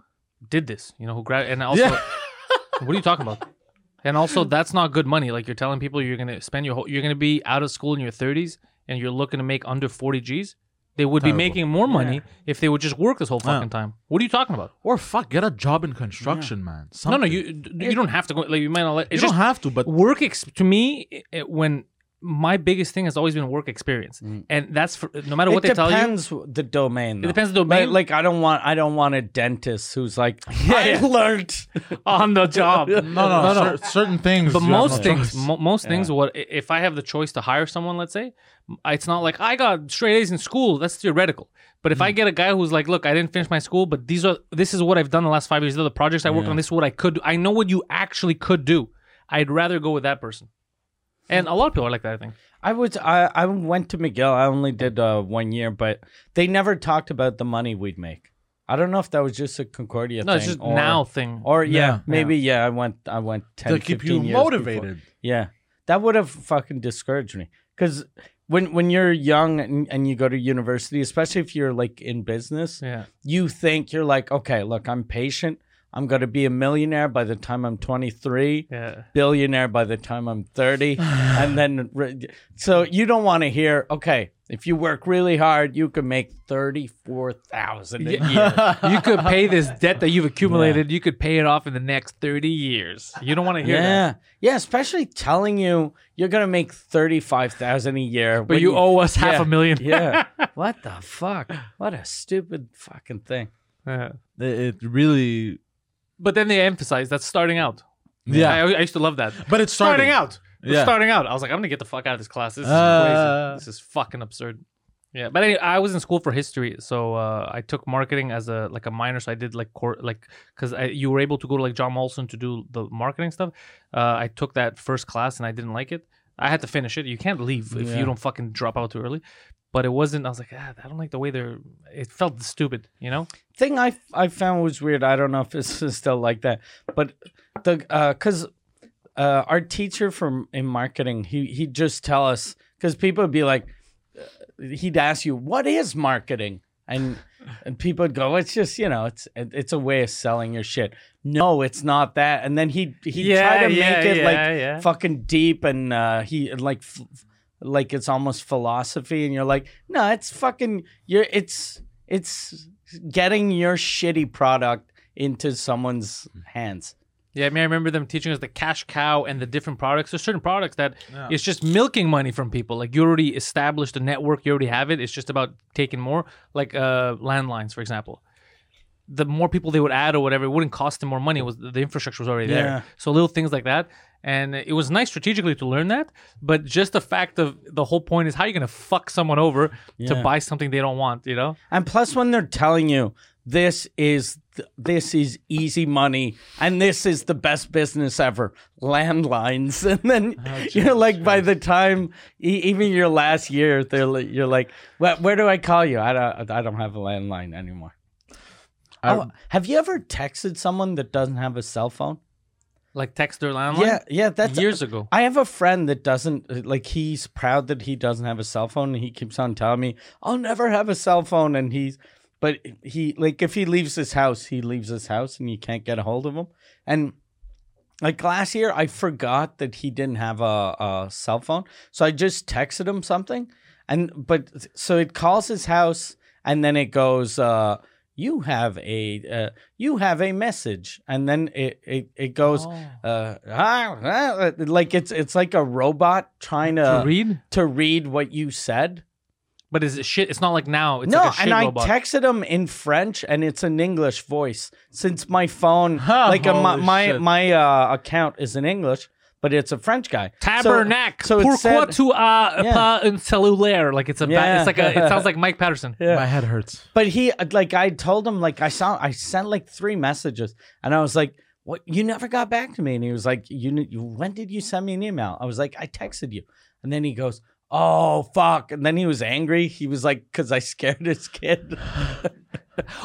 S1: did this. You know, who grad and also, what are you talking about?" And also, that's not good money. Like you're telling people you're gonna spend your whole, you're gonna be out of school in your 30s, and you're looking to make under 40 G's. They would
S3: Terrible.
S1: be making more money if they would just work this whole fucking time. What are you talking about?
S3: Or fuck, get a job in construction,
S1: No,
S3: man. Something.
S1: no, you d- you don't have to go. Like you might not. Let,
S3: You
S1: it's
S3: don't
S1: just
S3: have to, but
S1: work. Ex- to me, i- i- when my biggest thing has always been work experience,
S3: Mm.
S1: and that's for, no matter what
S2: it
S1: they tell you.
S2: depends w- the domain. Though.
S1: depends the domain.
S2: Like, like, I don't want I don't want a dentist who's like I learned.
S1: on the job.
S3: no, no, cer- certain things.
S1: But
S3: you have
S1: most
S3: no
S1: things,
S3: choice.
S1: mo- most things, what i- if I have the choice to hire someone? Let's say m- it's not like I got straight A's in school. That's theoretical. But if
S3: Mm.
S1: I get a guy who's like, look, I didn't finish my school, but these are this is what I've done the last five years. These are the projects I worked on. This is what I could. do. I know what you actually could do. I'd rather go with that person. And a lot of people are like that. I think.
S2: I was I, I went to McGill. I only did uh, one year, but they never talked about the money we'd make. I don't know if that was just a Concordia
S1: No,
S2: thing.
S1: it's just
S2: or,
S1: now thing.
S2: Or yeah,
S3: Yeah.
S2: maybe yeah. I went I went ten
S3: to keep
S2: 15
S3: you
S2: years before.
S3: motivated.
S2: Yeah, that would have fucking discouraged me. Because when when you're young and, and you go to university, especially if you're like in business,
S1: yeah.
S2: you think you're like, okay, look, I'm patient. I'm gonna be a millionaire by the time I'm 23,
S1: Yeah.
S2: billionaire by the time I'm 30, and then re- so you don't want to hear, okay, if you work really hard, you can make thirty-four thousand a year.
S1: you could pay this debt that you've accumulated. You could pay it off in the next thirty years. You don't want to hear that.
S2: Yeah, yeah, especially telling you you're gonna make thirty-five thousand a year,
S1: But you, owe us half
S2: yeah.
S1: a million.
S2: yeah. What the fuck? What a stupid fucking thing.
S1: Yeah.
S3: It, it really,
S1: But then they emphasize that's starting out.
S3: yeah.
S1: I, I used to love that.
S3: but it's starting,
S1: starting, out. We're
S3: Yeah.
S1: Starting out. I was like, I'm gonna get the fuck out of this class. This is
S3: Uh.
S1: crazy. This is fucking absurd. Yeah. But anyway, I was in school for history, so uh, I took marketing as a like a minor. So I did like cor- like because you were able to go to like John Molson to do the marketing stuff. Uh, I took that first class and I didn't like it. I had to finish it. You can't leave if
S2: Yeah.
S1: you don't fucking drop out too early. But it wasn't. I was like, ah, I don't like the way they're. It felt stupid, you know.
S2: Thing I I found was weird. I don't know if it's still like that, but the uh, cause uh, our teacher from in marketing, he he'd just tell us because people would be like, uh, he'd ask you, "What is marketing?" and and people would go, "It's just you know, it's it- it's a way of selling your shit." No, it's not that. And then he he would try to make it like
S1: yeah.
S2: fucking deep and uh, he like f- like it's almost philosophy and you're like no it's fucking you're it's it's getting your shitty product into someone's hands
S1: Yeah, I mean, I remember them teaching us the cash cow and the different products. There's certain products that
S3: Yeah.
S1: it's just milking money from people. Like you already established a network, you already have it. It's just about taking more, like uh, landlines, for example. The more people they would add or whatever, it wouldn't cost them more money. It was the infrastructure was already
S2: Yeah.
S1: there. So little things like that, and it was nice strategically to learn that. But just the fact of the whole point is how you gonna fuck someone over
S2: Yeah.
S1: to buy something they don't want. You know?
S2: and plus when they're telling you this is th- this is easy money and this is the best business ever landlines and then you're like by the time e- even your last year they're li- you're like where, where do i call you i don't i don't have a landline anymore
S3: I-
S2: Oh, have you ever texted someone that doesn't have a cell phone?
S1: Like text their landline.
S2: Yeah, yeah, that's
S1: years ago.
S2: I have a friend that doesn't uh, like. He's proud that he doesn't have a cell phone, and he keeps on telling me, "I'll never have a cell phone." And he's, but he like if he leaves his house, he leaves his house, and you can't get a hold of him. And like last year, I forgot that he didn't have a, a cell phone, so I just texted him something, and but so it calls his house, and then it goes, uh, "You have a uh, you have a message," and then it it, it goes, uh, "Ah, ah," like it's it's like a robot trying to
S1: to read,
S2: to read what you said.
S1: but is it shit? It's not like now. It's
S2: no,
S1: like a shit
S2: and I
S1: robot.
S2: texted him in French, and it's an English voice since my phone, like uh, my
S3: Holy
S2: my,
S3: shit.
S2: my uh, account is in English, but it's a French guy. So-
S1: Tabernac.
S2: So, it
S1: Pourquoi
S2: said,
S1: tu as
S2: Yeah.
S1: pas un cellulaire? Like it's a
S2: Yeah.
S1: bad, it's like a, it sounds like Mike Patterson.
S3: My head hurts.
S2: but he like I told him like I saw I sent like three messages, and I was like. What you never got back to me, and he was like, "You, kn- you when did you send me an email?" I was like, "I texted you," and then he goes, "Oh fuck!" And then he was angry. He was like, "Cause I scared his kid."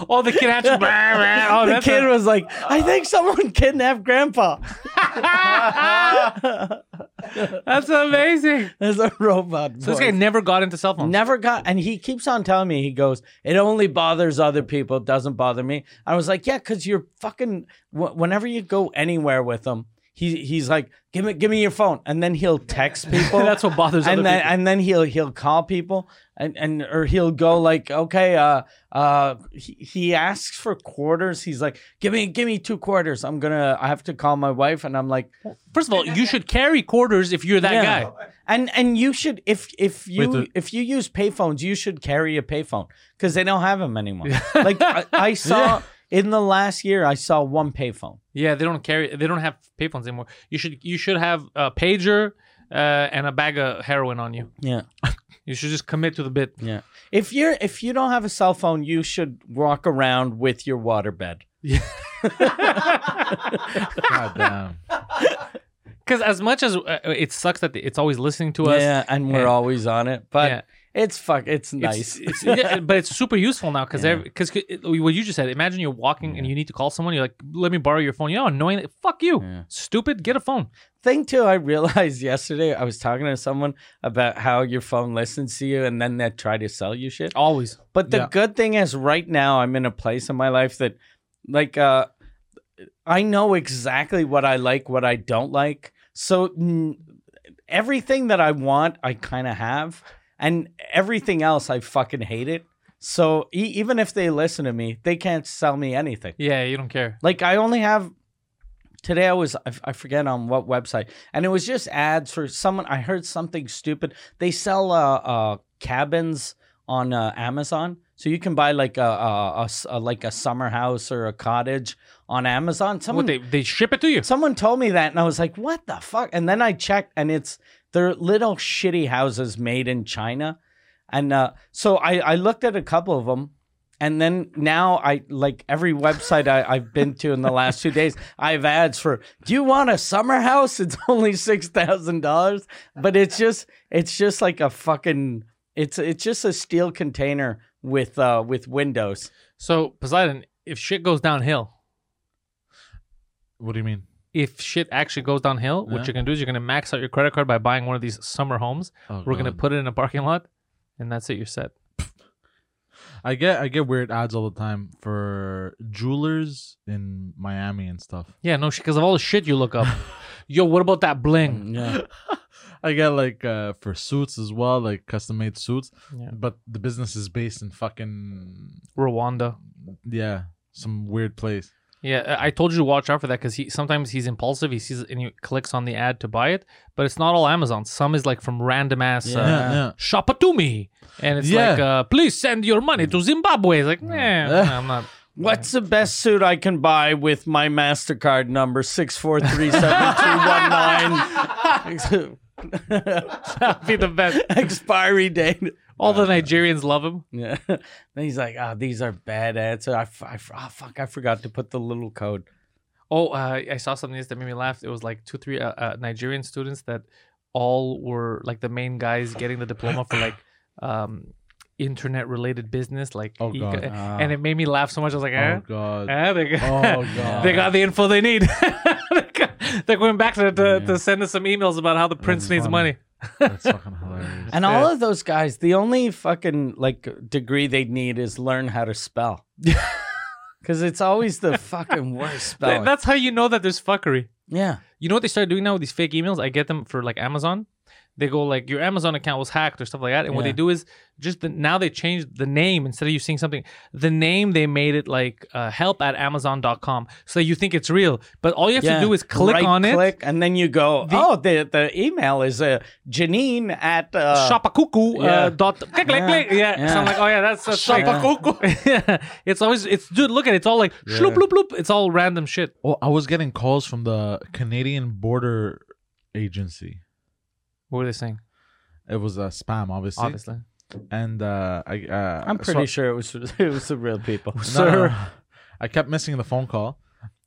S1: Oh, the kid had to. Oh,
S2: the
S1: that's
S2: kid
S1: a-
S2: was like, I think someone kidnapped grandpa.
S1: that's amazing.
S2: There's a robot.
S1: So this guy
S2: voice.
S1: never got into cell phones.
S2: never got, and he keeps on telling me, he goes, It only bothers other people, it doesn't bother me. I was like, Yeah, because you're fucking, wh- whenever you go anywhere with them, he he's like, give me give me your phone, and then he'll text people.
S1: That's what bothers other
S2: and then
S1: people.
S2: and then he'll he'll call people and and or he'll go like okay uh uh he, he asks for quarters he's like give me give me two quarters i'm gonna i have to call my wife and i'm like
S1: First of all, you should carry quarters if you're that
S2: Yeah.
S1: guy.
S2: and and you should if if you
S3: Wait, the-
S2: if you use payphones you should carry a payphone because they don't have them anymore like I, I saw in the last year i saw one payphone
S1: Yeah, they don't carry. They don't have payphones anymore. You should you should have a pager uh, and a bag of heroin on you.
S2: yeah
S1: You should just commit to the bit.
S2: yeah if you're if you don't have a cell phone you should walk around with your waterbed
S3: God damn.
S1: Because as much as uh, it sucks that it's always listening to us,
S2: yeah and we're
S1: and-
S2: always on it but
S1: Yeah.
S2: It's fuck. It's
S1: it's-
S2: nice.
S1: it's- yeah, but it's super useful now because because what you just said. Imagine you're walking and you need to call someone. You're like, let me borrow your phone. You know, how annoying. that- Fuck you,
S2: Yeah.
S1: stupid. Get a phone.
S2: Thing too, I realized yesterday I was talking to someone about how your phone listens to you and then they try to sell you shit.
S1: Always.
S2: But the
S3: Yeah.
S2: good thing is, right now I'm in a place in my life that, like, uh, I know exactly what I like, what I don't like. So mm, everything that I want, I kind of have, and everything else, I fucking hate it. So e- even if they listen to me, they can't sell me anything.
S1: Yeah, you don't care.
S2: Like I only have today. I was I, I forget on what website, and it was just ads for someone. I heard something stupid. They sell uh, uh cabins on uh, Amazon, so you can buy like a, a, a s- a- like a summer house or a cottage on Amazon. Someone
S1: What they they ship it to you.
S2: someone told me that, and I was like, what the fuck? And then I checked, and it's they're little shitty houses made in China, and uh, so I I looked at a couple of them. And then now I like every website I, I've been to in the last two days, I have ads for do you want a summer house? It's only six thousand dollars. But it's just it's just like a fucking it's it's just a steel container with uh with windows.
S1: So Poseidon, if shit goes downhill,
S3: What do you mean?
S1: if shit actually goes downhill,
S3: Yeah.
S1: what you're gonna do is you're gonna max out your credit card by buying one of these summer homes.
S3: Oh,
S1: We're gonna
S3: God.
S1: put it in a parking lot, and that's it. You're set.
S3: I get I get weird ads all the time for jewelers in Miami and stuff.
S1: Yeah, no, because of all the shit you look up. Yo, what about that bling?
S2: Yeah.
S3: I get like uh, for suits as well, like custom made suits.
S1: Yeah.
S3: But the business is based in fucking
S1: Rwanda.
S3: yeah, some weird place.
S1: Yeah, uh, I I told you to watch out for that because he sometimes he's impulsive. He sees it and he clicks on the ad to buy it, but it's not all Amazon. Some is like from random ass.
S2: Yeah.
S1: Uh,
S3: yeah, yeah.
S1: Shapatumi, and it's
S3: Yeah.
S1: like, uh, please send your money to Zimbabwe. It's like, nah, nah, I'm not.
S2: What's the best suit I can buy with my MasterCard number 6437219?
S1: That'd be the best.
S2: Expiry date.
S1: All the Nigerians love him.
S2: Yeah. Then he's like, oh, these are bad ads. I, f- I f- oh, fuck, I forgot to put the little code.
S1: Oh, uh, I saw something that made me laugh. It was like two, three uh, uh, Nigerian students that all were like the main guys getting the diploma for like um, internet related business. Like, e-,
S3: Oh, God.
S1: and it made me laugh so much. I was like, eh,
S3: Oh god.
S1: eh, they, got,
S3: Oh god.
S1: they got the info they need. They got- They're going back to, to,
S3: Yeah.
S1: to send us some emails about how the prince needs
S3: funny.
S1: money.
S3: That's fucking hilarious.
S2: And all of those guys, the only fucking like degree they need is learn how to spell. Because it's always the fucking worst
S1: Th-
S2: spelling.
S1: That's how you know that there's fuckery.
S2: yeah.
S1: You know what they started doing now with these fake emails? I get them for like Amazon. They go like your Amazon account was hacked or stuff like that. And what
S2: Yeah.
S1: they do is just the, now they changed the name instead of you seeing something, the name they made it like uh, help at Amazon.com. So you think it's real. But all you have to do is click on it.
S2: click, and then you go, oh, the, the email is uh, Janine at uh,
S1: Shapakuku
S2: yeah.
S1: uh, dot click click
S2: Yeah.
S1: click yeah. So I'm
S2: Yeah.
S1: like oh yeah that's, that's fake.
S3: Shapakuku.
S1: yeah. It's always it's dude look at it. it's all like shloop bloop bloop it's all random shit.
S3: Oh, I was getting calls from the Canadian border agency.
S1: What were they saying?
S3: It was a spam, obviously.
S1: Obviously.
S3: And uh, I, uh,
S2: I'm
S3: so-
S2: pretty sure it was it was the real people.
S3: No, no, no. I kept missing the phone call,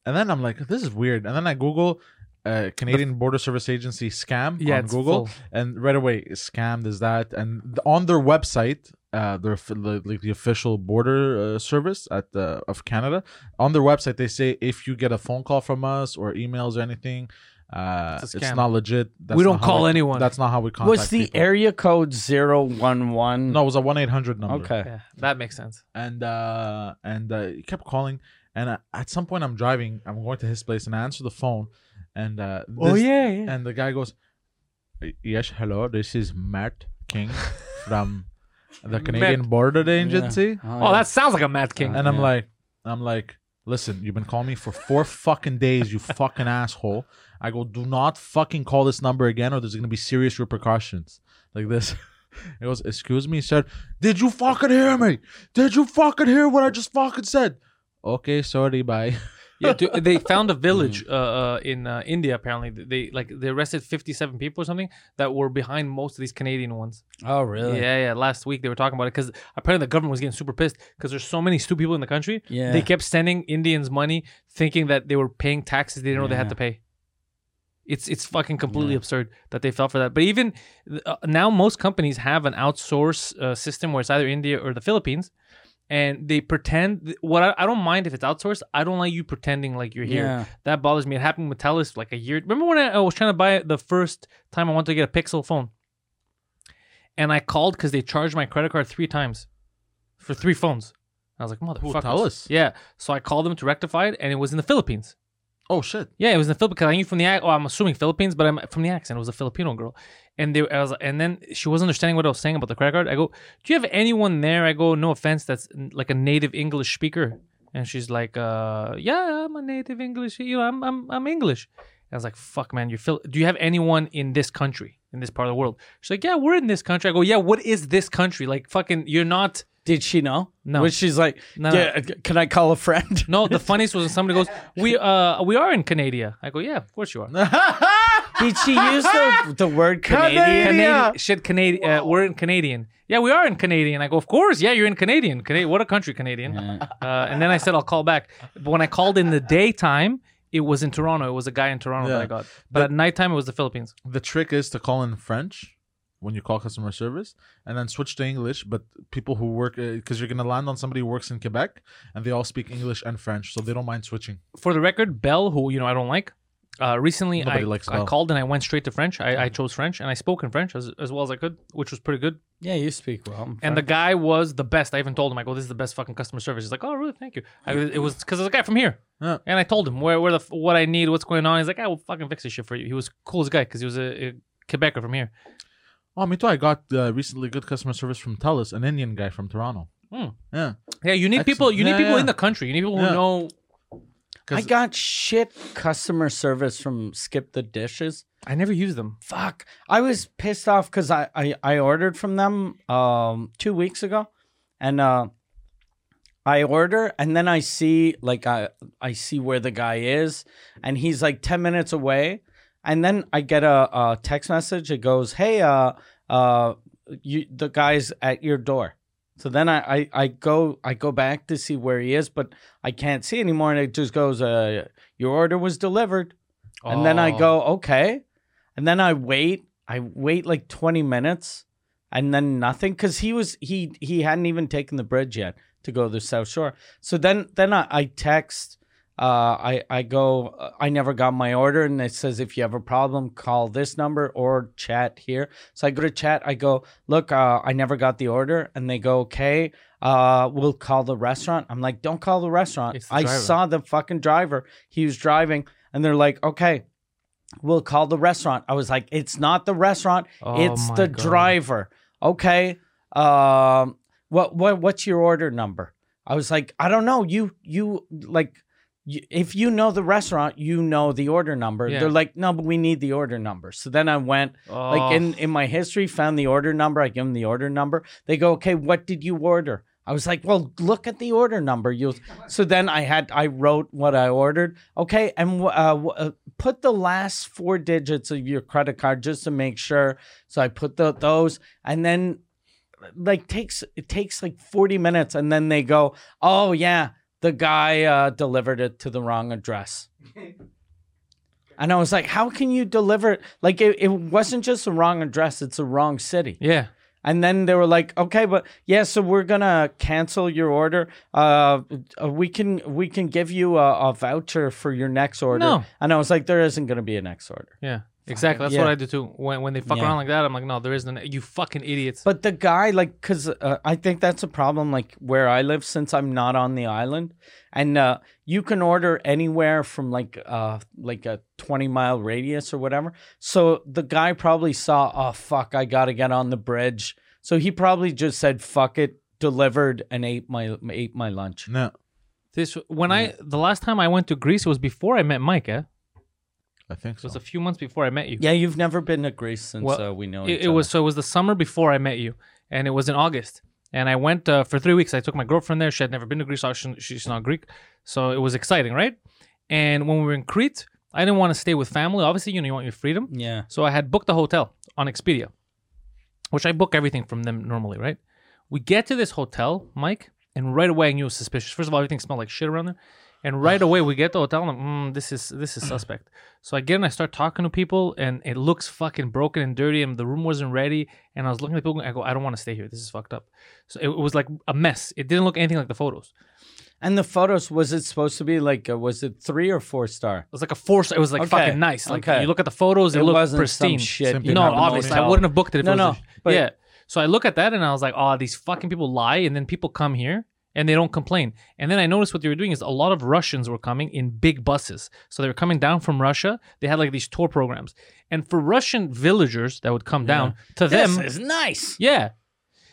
S3: and then I'm like, "This is weird." And then I Google uh, Canadian Border Service Agency scam
S1: Yeah,
S3: on
S1: it's
S3: Google,
S1: full.
S3: and right away, scam is that. And th- on their website, uh, their f- li- like the official border uh, service at the, of Canada, on their website they say if you get a phone call from us or emails or anything, uh,
S1: It's
S3: it's,
S1: a scam.
S3: not legit. That's
S1: We
S3: not
S1: don't
S3: how
S1: call
S3: we-
S1: anyone.
S3: That's not how we contact.
S2: was the
S3: people.
S2: area code 011?
S3: No, it was a one eight hundred number.
S2: Okay.
S1: Yeah, that makes sense.
S3: and uh and uh, he kept calling and uh, at some point i'm driving i'm going to his place and i answer the phone and uh, this,
S1: Oh yeah, yeah.
S3: and the guy goes, "Yes, hello. This is Matt King from the Canadian
S1: Matt.
S3: Border Agency."
S1: oh, that sounds like a Mad King.
S3: And I'm
S2: Yeah.
S3: like, I'm like, listen, you've been calling me for four fucking days, you fucking asshole. I go, do not fucking call this number again, or there's gonna be serious repercussions like this. He goes, excuse me, sir. Did you fucking hear me? Did you fucking hear what I just fucking said? Okay, sorry, bye.
S1: yeah, dude, they found a village uh, uh, in uh, India. Apparently, Th- they like they arrested fifty-seven people or something that were behind most of these Canadian ones.
S2: Oh, really?
S1: Yeah, yeah. Last week they were talking about it because apparently the government was getting super pissed because there's so many stupid people in the country.
S2: Yeah.
S1: They kept sending Indians money, thinking that they were paying taxes they didn't know they had
S2: Yeah.
S1: to pay. It's it's fucking completely absurd that they fell for that. But even uh, now, most companies have an outsource uh, system where it's either India or the Philippines, and they pretend. What I, I don't mind if it's outsourced. I don't like you pretending like you're here.
S2: Yeah.
S1: That bothers me. It happened with Telus like a year. Remember when I, I was trying to buy the first time I wanted to get a Pixel phone, and I called because they charged my credit card three times for three phones. I was like, motherfucker.
S3: Telus?
S1: Yeah. So I called them to rectify it, and it was in the Philippines.
S3: Oh shit.
S1: Yeah, it was in the Philippines. 'cause I knew from the ac- oh, I'm assuming Philippines, but I'm from the accent. It was a Filipino girl, and they, I was, and then she wasn't understanding what I was saying about the credit card. I go, "Do you have anyone there?" I go, "No offense, that's n- like a native English speaker," and she's like, "Uh, yeah, I'm a native English. You know, I'm I'm I'm English." And I was like, "Fuck, man, you're Phil. Do you have anyone in this country, in this part of the world?" She's like, "Yeah, we're in this country." I go, "Yeah, what is this country? Like, fucking, you're not."
S2: Did she know?
S1: No.
S2: Was she's like,
S1: No.
S2: "Yeah, can I call a friend?
S1: No, the funniest was when somebody goes, "We uh, we are in Canada." I go, "Yeah, of course you are."
S2: Did she use the, the word Canadian?
S1: Canadian shit Canadian uh, we're in Canadian. Yeah, we are in Canadian. I go, of course. Yeah, you're in Canadian. Canadian. What a country, Canadian. Uh, and then I said I'll call back. But when I called in the daytime, it was in Toronto. It was a guy in Toronto that
S3: Yeah.
S1: I got. But at nighttime, it was the Philippines.
S3: The trick is to call in French when you call customer service, and then switch to English. But people who work, because you're gonna land on somebody who works in Quebec, and they all speak English and French, so they don't mind switching.
S1: For the record, Bell, who you know I don't like, uh, recently I,
S3: Nobody likes
S1: I
S3: Bell.
S1: called and I went straight to French. I, I chose French and I spoke in French as, as well as I could, which was pretty good.
S2: Yeah, you speak well. I'm
S1: And the
S2: French.
S1: guy was the best. I even told him, I go, this is the best fucking customer service. He's like, oh, really? Thank you. I, go, it was because there's a guy from here.
S3: Yeah.
S1: And I told him where, where the f- what I need, what's going on. He's like, I will fucking fix this shit for you. He was cool as a guy because he was a, a Quebecer from here.
S3: Oh, me too. I got uh, recently good customer service from Telus, an Indian guy from Toronto.
S1: Hmm.
S3: Yeah,
S1: Yeah, you need people. You need
S3: Excellent. Yeah,
S1: people
S3: yeah.
S1: in the country. You need people who
S3: Yeah.
S1: know.
S2: I got shit customer service from Skip the Dishes.
S1: I never use them.
S2: fuck i was pissed off because I, I i ordered from them um two weeks ago and uh i order and then i see like i i see where the guy is and he's like 10 minutes away and then i get a, a text message it goes hey uh uh you the guy's at your door so then I, I, I go I go back to see where he is, but I can't see anymore, and it just goes, uh, "Your order was delivered." And then I
S1: Oh.
S2: go, okay. And then I wait. I wait like 20 minutes and then nothing because he was he he hadn't even taken the bridge yet to go to the south shore so then then i, I text uh i i go uh, i never got my order and it says if you have a problem call this number or chat here so i go to chat i go look uh i never got the order and they go okay uh we'll call the restaurant i'm like don't call the restaurant
S1: It's the
S2: i
S1: driver.
S2: saw the fucking driver he was driving and they're like okay we'll call the restaurant i was like it's not the restaurant
S1: Oh
S2: it's
S1: my
S2: the
S1: God.
S2: driver. Okay. Um what what what's your order number? I was like, I don't know. You you like you, if you know the restaurant, you know the order number.
S1: Yeah.
S2: They're like, no, but we need the order number. So then I went
S1: Oh.
S2: like in in my history, found the order number. I give them the order number. They go, okay, what did you order? I was like, well, look at the order number. You. So then I had I wrote what I ordered. Okay, and wh- uh, wh- uh, put the last four digits of your credit card just to make sure. So I put the, those, and then like takes it takes like forty minutes, and then they go, oh yeah, the guy uh, delivered it to the wrong address. And I was like, how can you deliver it? Like, it, it wasn't just the wrong address, it's the wrong city.
S1: Yeah.
S2: And then they were like, okay, but yeah, so we're going to cancel your order. Uh, uh, we can we can give you a, a voucher for your next order.
S1: No.
S2: And I was like, there isn't going to be a next order.
S1: Yeah. Exactly. That's
S2: Yeah.
S1: what I do too. When when they fuck
S2: Yeah.
S1: around like that, I'm like, no, there isn't. You fucking idiots.
S2: But the guy, like, because uh, I think that's a problem, like, where I live since I'm not on the island. And uh, you can order anywhere from, like, uh, like a 20 mile radius or whatever. So the guy probably saw, oh, fuck, I got to get on the bridge. So he probably just said, fuck it, delivered and ate my, ate my lunch.
S3: No,
S1: this when I the last time I went to Greece it was before I met Mike. Eh? It
S3: I think so.
S2: Oh.
S1: was a few months before I met you.
S2: Yeah, you've never been to Greece since
S1: Well,
S2: uh, we know each
S1: it, it
S2: other.
S1: was so it was the summer before I met you, and it was in August. And I went uh, for three weeks. I took my girlfriend there. She had never been to Greece. so she- She's not Greek, so it was exciting, right? And when we were in Crete, I didn't want to stay with family. Obviously, you know, you want your freedom.
S2: Yeah.
S1: So I had booked a hotel on Expedia, which I book everything from them normally, right? We get to this hotel, Mike, and right away I knew it was suspicious. First of all, everything smelled like shit around there. And right away we get to the hotel and I'm mm, this is this is suspect. So I get in, I start talking to people, and it looks fucking broken and dirty, and the room wasn't ready. And I was looking at people, and I go, I don't want to stay here. This is fucked up. So it was like a mess. It didn't look anything like the photos.
S2: And the photos, was it supposed to be like, uh, was it three or four star?
S1: It was like a force. It was like
S2: Okay,
S1: fucking nice. Like
S2: okay.
S1: you look at the photos, it,
S2: It
S1: looked
S2: wasn't some
S1: pristine.
S2: shit
S3: Simply
S2: you
S1: no,
S2: have in a
S1: obviously, I
S2: hotel.
S1: wouldn't have booked it. If
S2: No,
S1: it was
S2: no,
S1: a sh-
S2: but-
S1: yeah. So I look at that and I was like, oh, these fucking people lie, and then people come here and they don't complain. And then I noticed what they were doing is a lot of Russians were coming in big buses. So they were coming down from Russia. They had like these tour programs, and for Russian villagers that would come down to them,
S2: is nice.
S1: yeah.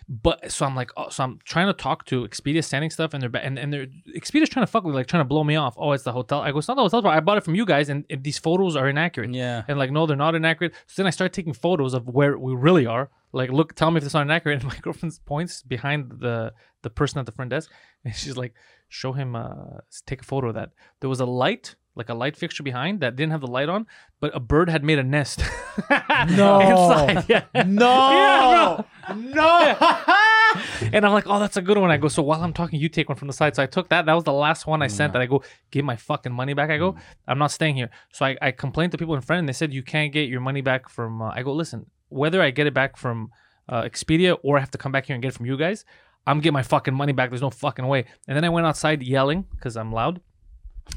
S1: But so I'm like, oh, so I'm trying to talk to Expedia sending stuff, and they're ba- and and they're Expedia's trying to fuck with, me, like trying to blow me off. Oh, it's the hotel. I go, it's not the hotel, but I bought it from you guys, and, and these photos are inaccurate.
S2: Yeah.
S1: And like, no, they're not inaccurate. So then I start taking photos of where we really are. Like, look, tell me if it's not inaccurate. And my girlfriend points behind the the person at the front desk, and she's like, show him, uh, s- take a photo of that. There was a light, like a light fixture behind that didn't have the light on, but a bird had made a nest. no. Inside. Yeah.
S3: no,
S1: Yeah,
S3: no.
S1: And I'm like, oh, that's a good one. I go, so while I'm talking, you take one from the side. So I took that. That was the last one I sent that I go, give my fucking money back. I go, I'm not staying here. So I, I complained to people in front and they said, you can't get your money back from, uh, I go, listen, whether I get it back from uh, Expedia or I have to come back here and get it from you guys, I'm getting my fucking money back. There's no fucking way. And then I went outside yelling because I'm loud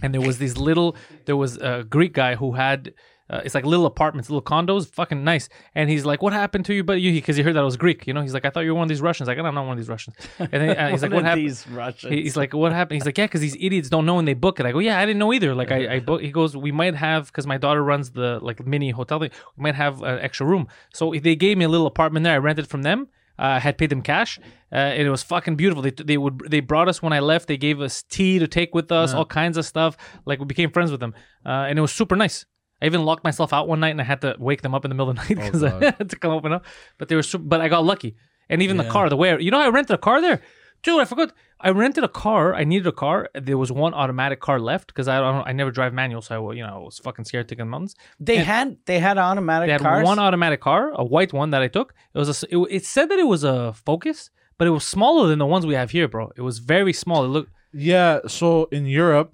S1: and there was these little there was a greek guy who had uh, it's like little apartments little condos fucking nice and he's like what happened to you but you because he heard that i was greek you know he's like i thought you were one of these russians like i'm not one of these russians and then uh, he's like what happened
S2: These Russians.
S1: He- He's like, what happened? He's like, yeah, because these idiots don't know and they book it. I go, yeah, I didn't know either. Like, I, I book. He goes, we might have because my daughter runs the like mini hotel. Thing. We might have an extra room. So they gave me a little apartment there. I rented from them. Uh, I had paid them cash, uh, and it was fucking beautiful. They they would they brought us when I left. They gave us tea to take with us, all kinds of stuff. Like we became friends with them, uh, and it was super nice. I even locked myself out one night, and I had to wake them up in the middle of the night
S3: Oh,
S1: because I had to come open up. But they were, super, but I got lucky, and even the car, the way you know, I rented a car there, dude. I forgot. I rented a car. I needed a car. There was one automatic car left because I don't. I never drive manual, so I, you know, I was fucking scared taking the mountains.
S2: They had they had automatic
S1: They had
S2: cars.
S1: one automatic car, a white one that I took. It was a. s- It, it said that it was a Focus, but it was smaller than the ones we have here, bro. It was very small. It looked.
S3: Yeah. So in Europe,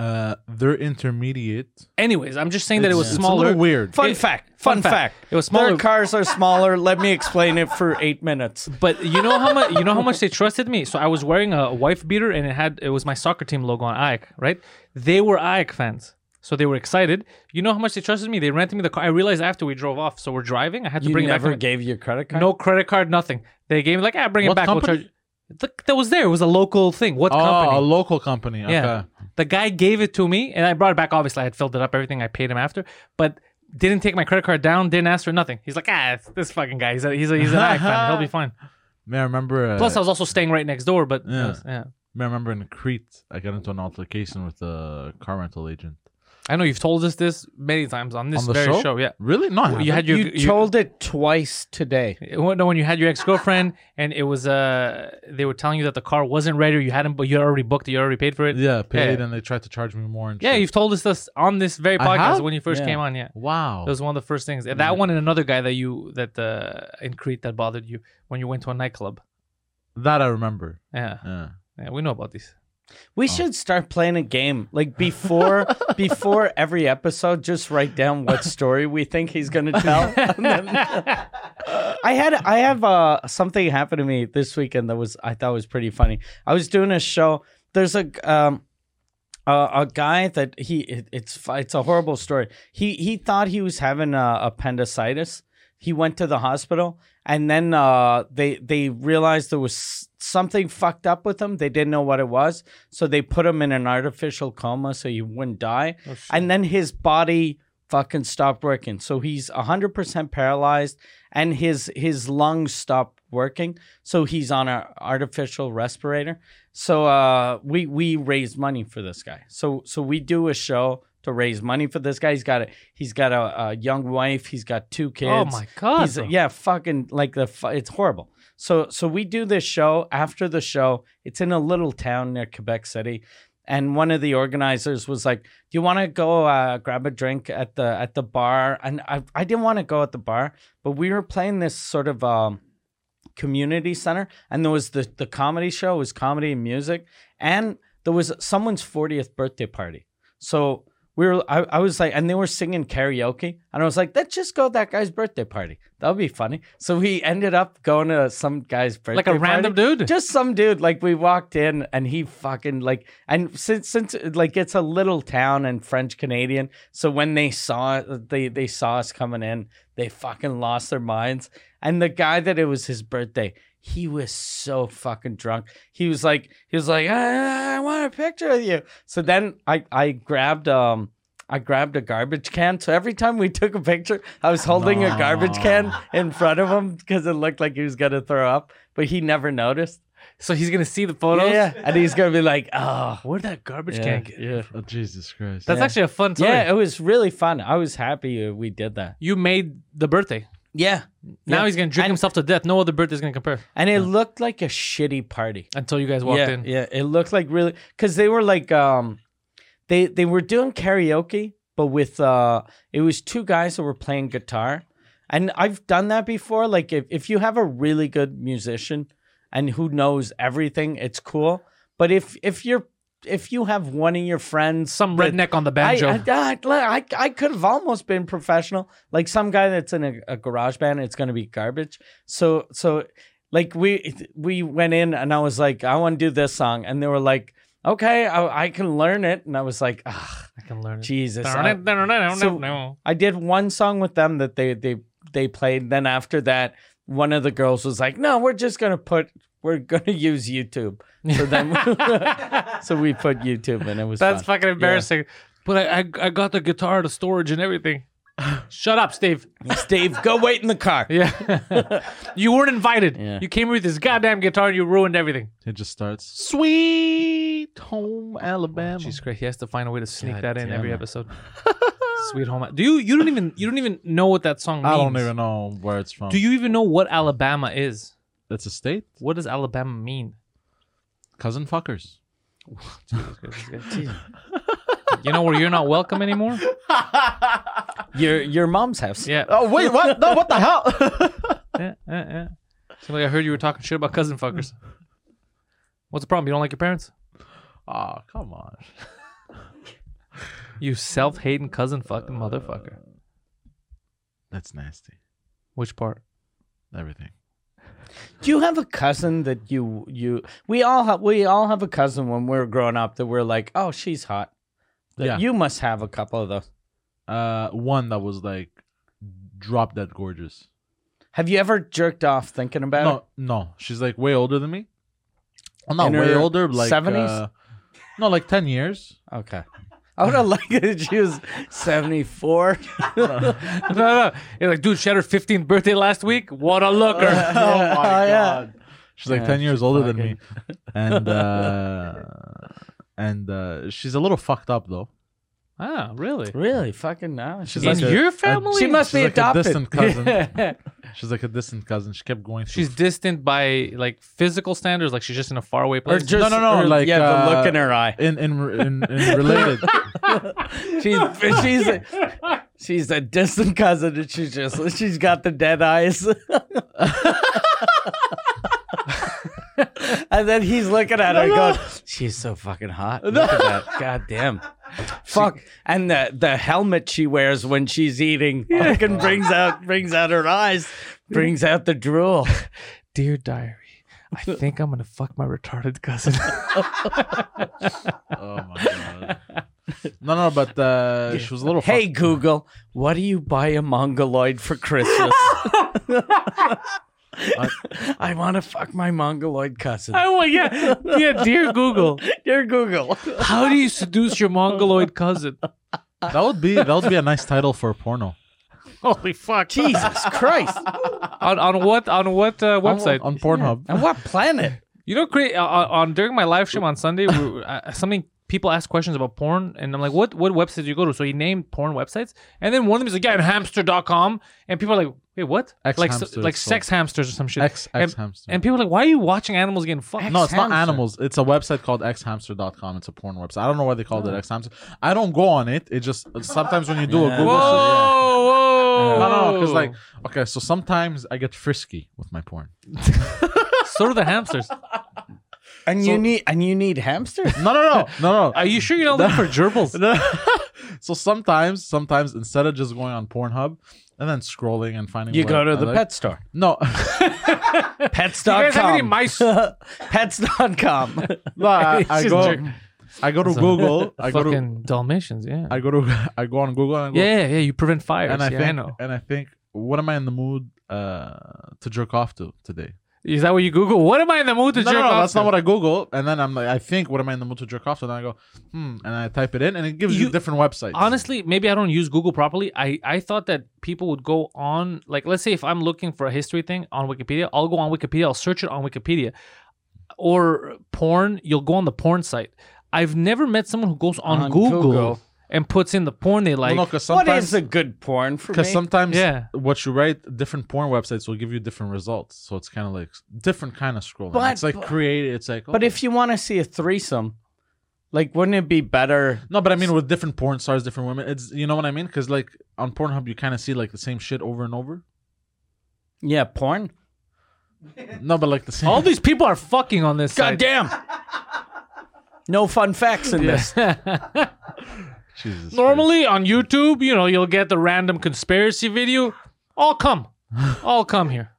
S3: uh, their intermediate.
S1: Anyways, I'm just saying that it was
S3: It's- it's a
S1: smaller.
S3: little weird.
S2: fun
S1: it-
S2: fact. Fun,
S1: fun fact.
S2: fact.
S1: It was smaller-
S2: Their cars are smaller. Let me explain it for eight minutes.
S1: But you know how much you know how much they trusted me. So I was wearing a wife beater and it had it was my soccer team logo on Ajax, right? They were Ajax fans. So they were excited. You know how much they trusted me? They rented me the car. I realized after we drove off, so we're driving. I had to
S2: You
S1: bring it back.
S2: never
S1: to my-
S2: gave your credit card.
S1: no credit card, nothing. They gave me like, ah, bring it
S3: What
S1: back.
S3: company?
S1: The, that was there. It was a local thing. What
S3: Oh,
S1: company?
S3: a local company. Okay.
S1: Yeah. The guy gave it to me and I brought it back. Obviously, I had filled it up, everything. I paid him after, but didn't take my credit card down, didn't ask for nothing. He's like, ah, it's this fucking guy. He's, a, he's, a, he's an Ajax fan. He'll be fine.
S3: Man, I remember. Uh,
S1: Plus, I was also staying right next door, but uh,
S3: Yeah.
S1: yeah.
S3: I remember in Crete, I got into an altercation with a car rental agent.
S1: I know you've told us this many times on this
S3: On the
S1: very show?
S3: show?
S1: Yeah,
S3: Really? No, I
S1: you
S3: haven't.
S1: had your
S2: you,
S1: you-
S2: told it twice today.
S1: when when you had your ex girlfriend, and it was uh they were telling you that the car wasn't ready, or you hadn't, but you had already booked, it, you already paid for it.
S3: yeah paid,
S1: Yeah.
S3: and they tried to charge me more. And
S1: Yeah,
S3: shit.
S1: you've told us this on this very
S3: I
S1: podcast
S3: have?
S1: when you first
S2: Yeah.
S1: came on. Yeah,
S3: wow.
S1: that was one of the first things. And that one and another guy that you that uh in Crete that bothered you when you went to a nightclub.
S3: That I remember.
S1: Yeah,
S3: Yeah.
S1: yeah, we know about these.
S2: We should start playing a game. Like before before every episode, just write down what story we think he's gonna tell. And then- I had I have uh, something happen to me this weekend that was I thought was pretty funny. I was doing a show. There's a um uh, a guy that he it, it's fi- it's a horrible story. He he thought he was having uh, appendicitis. He went to the hospital, and then uh, they they realized there was s- something fucked up with him. They didn't know what it was, so they put him in an artificial coma so he wouldn't die.
S1: Oh, shit.
S2: And then his body fucking stopped working. So he's 100% paralyzed and his his lungs stopped working. So he's on an artificial respirator. So uh we we raise money for this guy. So so we do a show to raise money for this guy. He's got a he's got a, a young wife, he's got two kids.
S1: oh my god!
S2: He's-
S1: bro.
S2: yeah, fucking like the fu- it's horrible. So so we do this show after the show. It's in a little town near Quebec City, and one of the organizers was like, "Do you want to go uh, grab a drink at the at the bar?" And I I didn't want to go at the bar, but we were playing this sort of um, community center, and there was the the comedy show it was comedy and music, and there was someone's 40th birthday party. So we were I, I was like and they were singing karaoke and I was like, let's just go to that guy's birthday party. That would be funny. So we ended up going to some guy's birthday
S1: like a
S2: party.
S1: random dude.
S2: Just some dude. Like we walked in and he fucking like and since since like it's a little town and French Canadian, so when they saw they they saw us coming in, they fucking lost their minds. And the guy that it was his birthday, he was so fucking drunk. He was like he was like I, I want a picture of you. So then I I grabbed um. I grabbed a garbage can. So every time we took a picture, I was holding a garbage can in front of him because it looked like he was going to throw up, but he never noticed.
S1: so he's gonna see the photos.
S2: Yeah, And he's going to be like, oh,
S1: Where'd that garbage
S2: yeah,
S1: can get?
S2: yeah.
S3: Oh, Jesus Christ.
S1: That's
S2: Yeah.
S1: actually a fun story.
S2: Yeah, it was really fun. I was happy we did that.
S1: You made the birthday.
S2: Yeah.
S1: Now
S2: Yeah.
S1: he's gonna drink
S2: And-
S1: himself to death. No other birthday's gonna compare
S2: And it looked like a shitty party.
S1: until you guys walked
S2: yeah,
S1: in.
S2: Yeah, it looked like really because they were like um they they were doing karaoke, but with uh it was two guys that were playing guitar. And I've done that before. Like if, if you have a really good musician and who knows everything, it's cool. But if if you're if you have one of your friends
S1: Some
S2: that-
S1: redneck on the
S2: I,
S1: banjo.
S2: I, I, I could have almost been professional. Like some guy that's in a, a garage band, it's gonna be garbage. So so like we we went in and I was like, I want to do this song, and they were like, Okay, I, I can learn it, and I was like, Ah,
S1: I can learn it.
S2: Jesus. I,
S1: So,
S2: I did one song with them that they they they played. Then after that, one of the girls was like, No, we're just gonna put we're gonna use YouTube. So then, so we put YouTube, and it was
S1: That's
S2: fun.
S1: fucking embarrassing. But I, I I got the guitar, the storage, and everything. Shut up, Steve.
S2: Steve, go wait in the car.
S1: Yeah. you weren't invited.
S2: Yeah.
S1: You came with this goddamn guitar and you ruined everything.
S3: It just starts. Oh,
S1: Sweet.
S3: Home Alabama.
S1: Jesus Christ, he has to find a way to sneak
S2: God
S1: that in
S2: damn
S1: every
S2: it.
S1: episode. Sweet home. Do you you don't even you don't even know what that song means?
S3: I don't even know where it's from.
S1: Do you even know what Alabama is?
S3: It's a state.
S1: What does Alabama mean?
S3: Cousin fuckers.
S1: You know where you're not welcome anymore?
S2: Your your mom's house.
S1: Yeah.
S3: Oh wait, what? No, what the hell?
S1: yeah, yeah, yeah. Eh, Seemed like I heard you were talking shit about cousin fuckers. What's the problem? You don't like your parents?
S3: oh, come on.
S1: You self hating cousin fucking motherfucker.
S3: That's nasty.
S1: Which part?
S3: Everything.
S2: Do you have a cousin that you you we all have we all have a cousin when we are growing up that we're like, oh, she's hot. That
S3: Yeah.
S2: You must have a couple of those.
S3: Uh, one that was like, drop that gorgeous.
S2: Have you ever jerked off thinking about
S3: No, no, she's like way older than me. I'm not
S2: In
S3: way
S2: her
S3: older, like
S2: 70s?
S3: uh, no, like ten years.
S2: it? Okay. I would have liked it if she was seventy four.
S1: no, no. You're like, dude, she had her 15th birthday last week. What a looker.
S2: Yeah. Oh, yeah.
S3: She's like
S2: Yeah,
S3: ten years older than me,
S2: fucking-
S3: and uh, and uh, she's a little fucked up though.
S1: ah, really?
S2: really? Fucking no. She's
S3: She's
S1: In
S2: like
S3: like a-
S1: your
S3: a-
S1: family?
S2: she must
S3: she's
S2: be
S3: like a
S2: adopted.
S3: distant cousin.
S2: Yeah.
S3: She's like a distant cousin. She kept going. Through
S1: She's distant by like physical standards. Like she's just in a faraway
S2: Or
S1: place.
S2: just,
S3: no, no,
S2: or-
S3: like,
S2: yeah, the
S3: uh,
S2: look in her eye.
S3: in in in, in related.
S2: She's she's a, she's a distant cousin, and she's just she's got the dead eyes. and then he's looking at her, going, "She's so fucking hot. Look at that. God damn." Fuck. And the the helmet she wears when she's eating fucking brings out brings out her eyes, brings out the drool.
S1: Dear diary, I think I'm gonna fuck my retarded cousin.
S3: Oh my god. No, no, but uh, she was a little.
S2: Hey
S3: fucked.
S2: Google, what do you buy a mongoloid for Christmas? I want to fuck my mongoloid cousin.
S1: oh yeah, yeah. Dear Google,
S2: Dear Google,
S1: how do you seduce your mongoloid cousin?
S3: That would be that would be a nice title for a porno.
S1: Holy fuck!
S2: Jesus Christ,
S1: on on what on what uh,
S3: On-
S1: website?
S3: on, Pornhub.
S2: and what planet?
S1: You know, cra- uh, uh, on during my live stream on Sunday, we, uh, something people ask questions about porn, and I'm like, "What what websites do you go to?" So he named porn websites, and then one of them is like, "Yeah, and hamster.com," and people are like, "Wait, what?"
S3: Ex
S1: like
S3: hamsters,
S1: like
S3: so-
S1: sex hamsters or some shit.
S3: X
S1: and,
S3: X hamster.
S1: and people are like, "Why are you watching animals getting fucked?"
S3: no, it's not
S2: Hamster.
S3: animals. It's a website called xhamster.com. It's a porn website. I don't know why they called it xhamster. I don't go on it. It just sometimes when you do
S2: Oh.
S3: a
S2: Yeah.
S3: Google
S1: whoa,
S3: search-
S1: whoa!
S3: No, no, because like okay, so sometimes I get frisky with my porn.
S1: so do the hamsters.
S2: And
S3: So-
S2: you need and you need hamsters.
S3: No, no, no, no, no.
S1: Are you sure you don't look for gerbils?
S3: No. so sometimes, sometimes instead of just going on Pornhub and then scrolling and finding,
S2: You
S3: what
S2: go to
S3: I
S2: the
S3: like-
S2: pet store.
S3: No,
S1: You guys have any
S2: Pets.com.
S1: mice?
S2: Pets.com.
S3: no, I, I
S1: He's
S3: go.
S1: just jerk-
S3: I go to
S1: So-
S3: Google. I go to.
S1: Fucking Dalmatians, yeah.
S3: I go to. I go on Google and I go,
S1: yeah, yeah, yeah. You prevent fires.
S3: and I
S1: yeah,
S3: think
S1: I know.
S3: and I think what am I in the mood uh to jerk off to today?
S1: Is that what you Google? What am I in the mood to
S3: no,
S1: jerk
S3: no, no,
S1: off
S3: that's
S1: to?
S3: not what I Google. And then I'm like, I think what am I in the mood to jerk off to? And I go, hmm, and I type it in, and it gives you,
S1: You-
S3: different websites.
S1: Honestly, maybe I don't use Google properly. I, I thought that people would go on, like, let's say if I'm looking for a history thing on Wikipedia, I'll go on Wikipedia, I'll search it on Wikipedia. Or porn, you'll go on the porn site. I've never met someone who goes on,
S2: On
S1: Google,
S2: Google.
S1: and puts in the porn they like.
S3: well, no, because
S2: what is
S3: sometimes
S2: a good porn for me?
S3: because sometimes
S1: Yeah.
S3: what you write, different porn websites will give you different results. So it's kind of like s- different kind of scrolling.
S2: But-
S3: it's like
S2: but-
S3: creative. It's like,
S2: but
S3: okay.
S2: if you want to see a threesome, like wouldn't it be better?
S3: no, but I mean with different porn stars, different women. It's you know what I mean? Because like on Pornhub, you kind of see like the same shit over and over.
S2: Yeah, porn.
S3: No, but like the same.
S1: All these people are fucking on this site.
S2: damn. No fun facts in this.
S3: Jesus.
S1: Normally on YouTube, you know, you'll get the random conspiracy video. All come. All come here.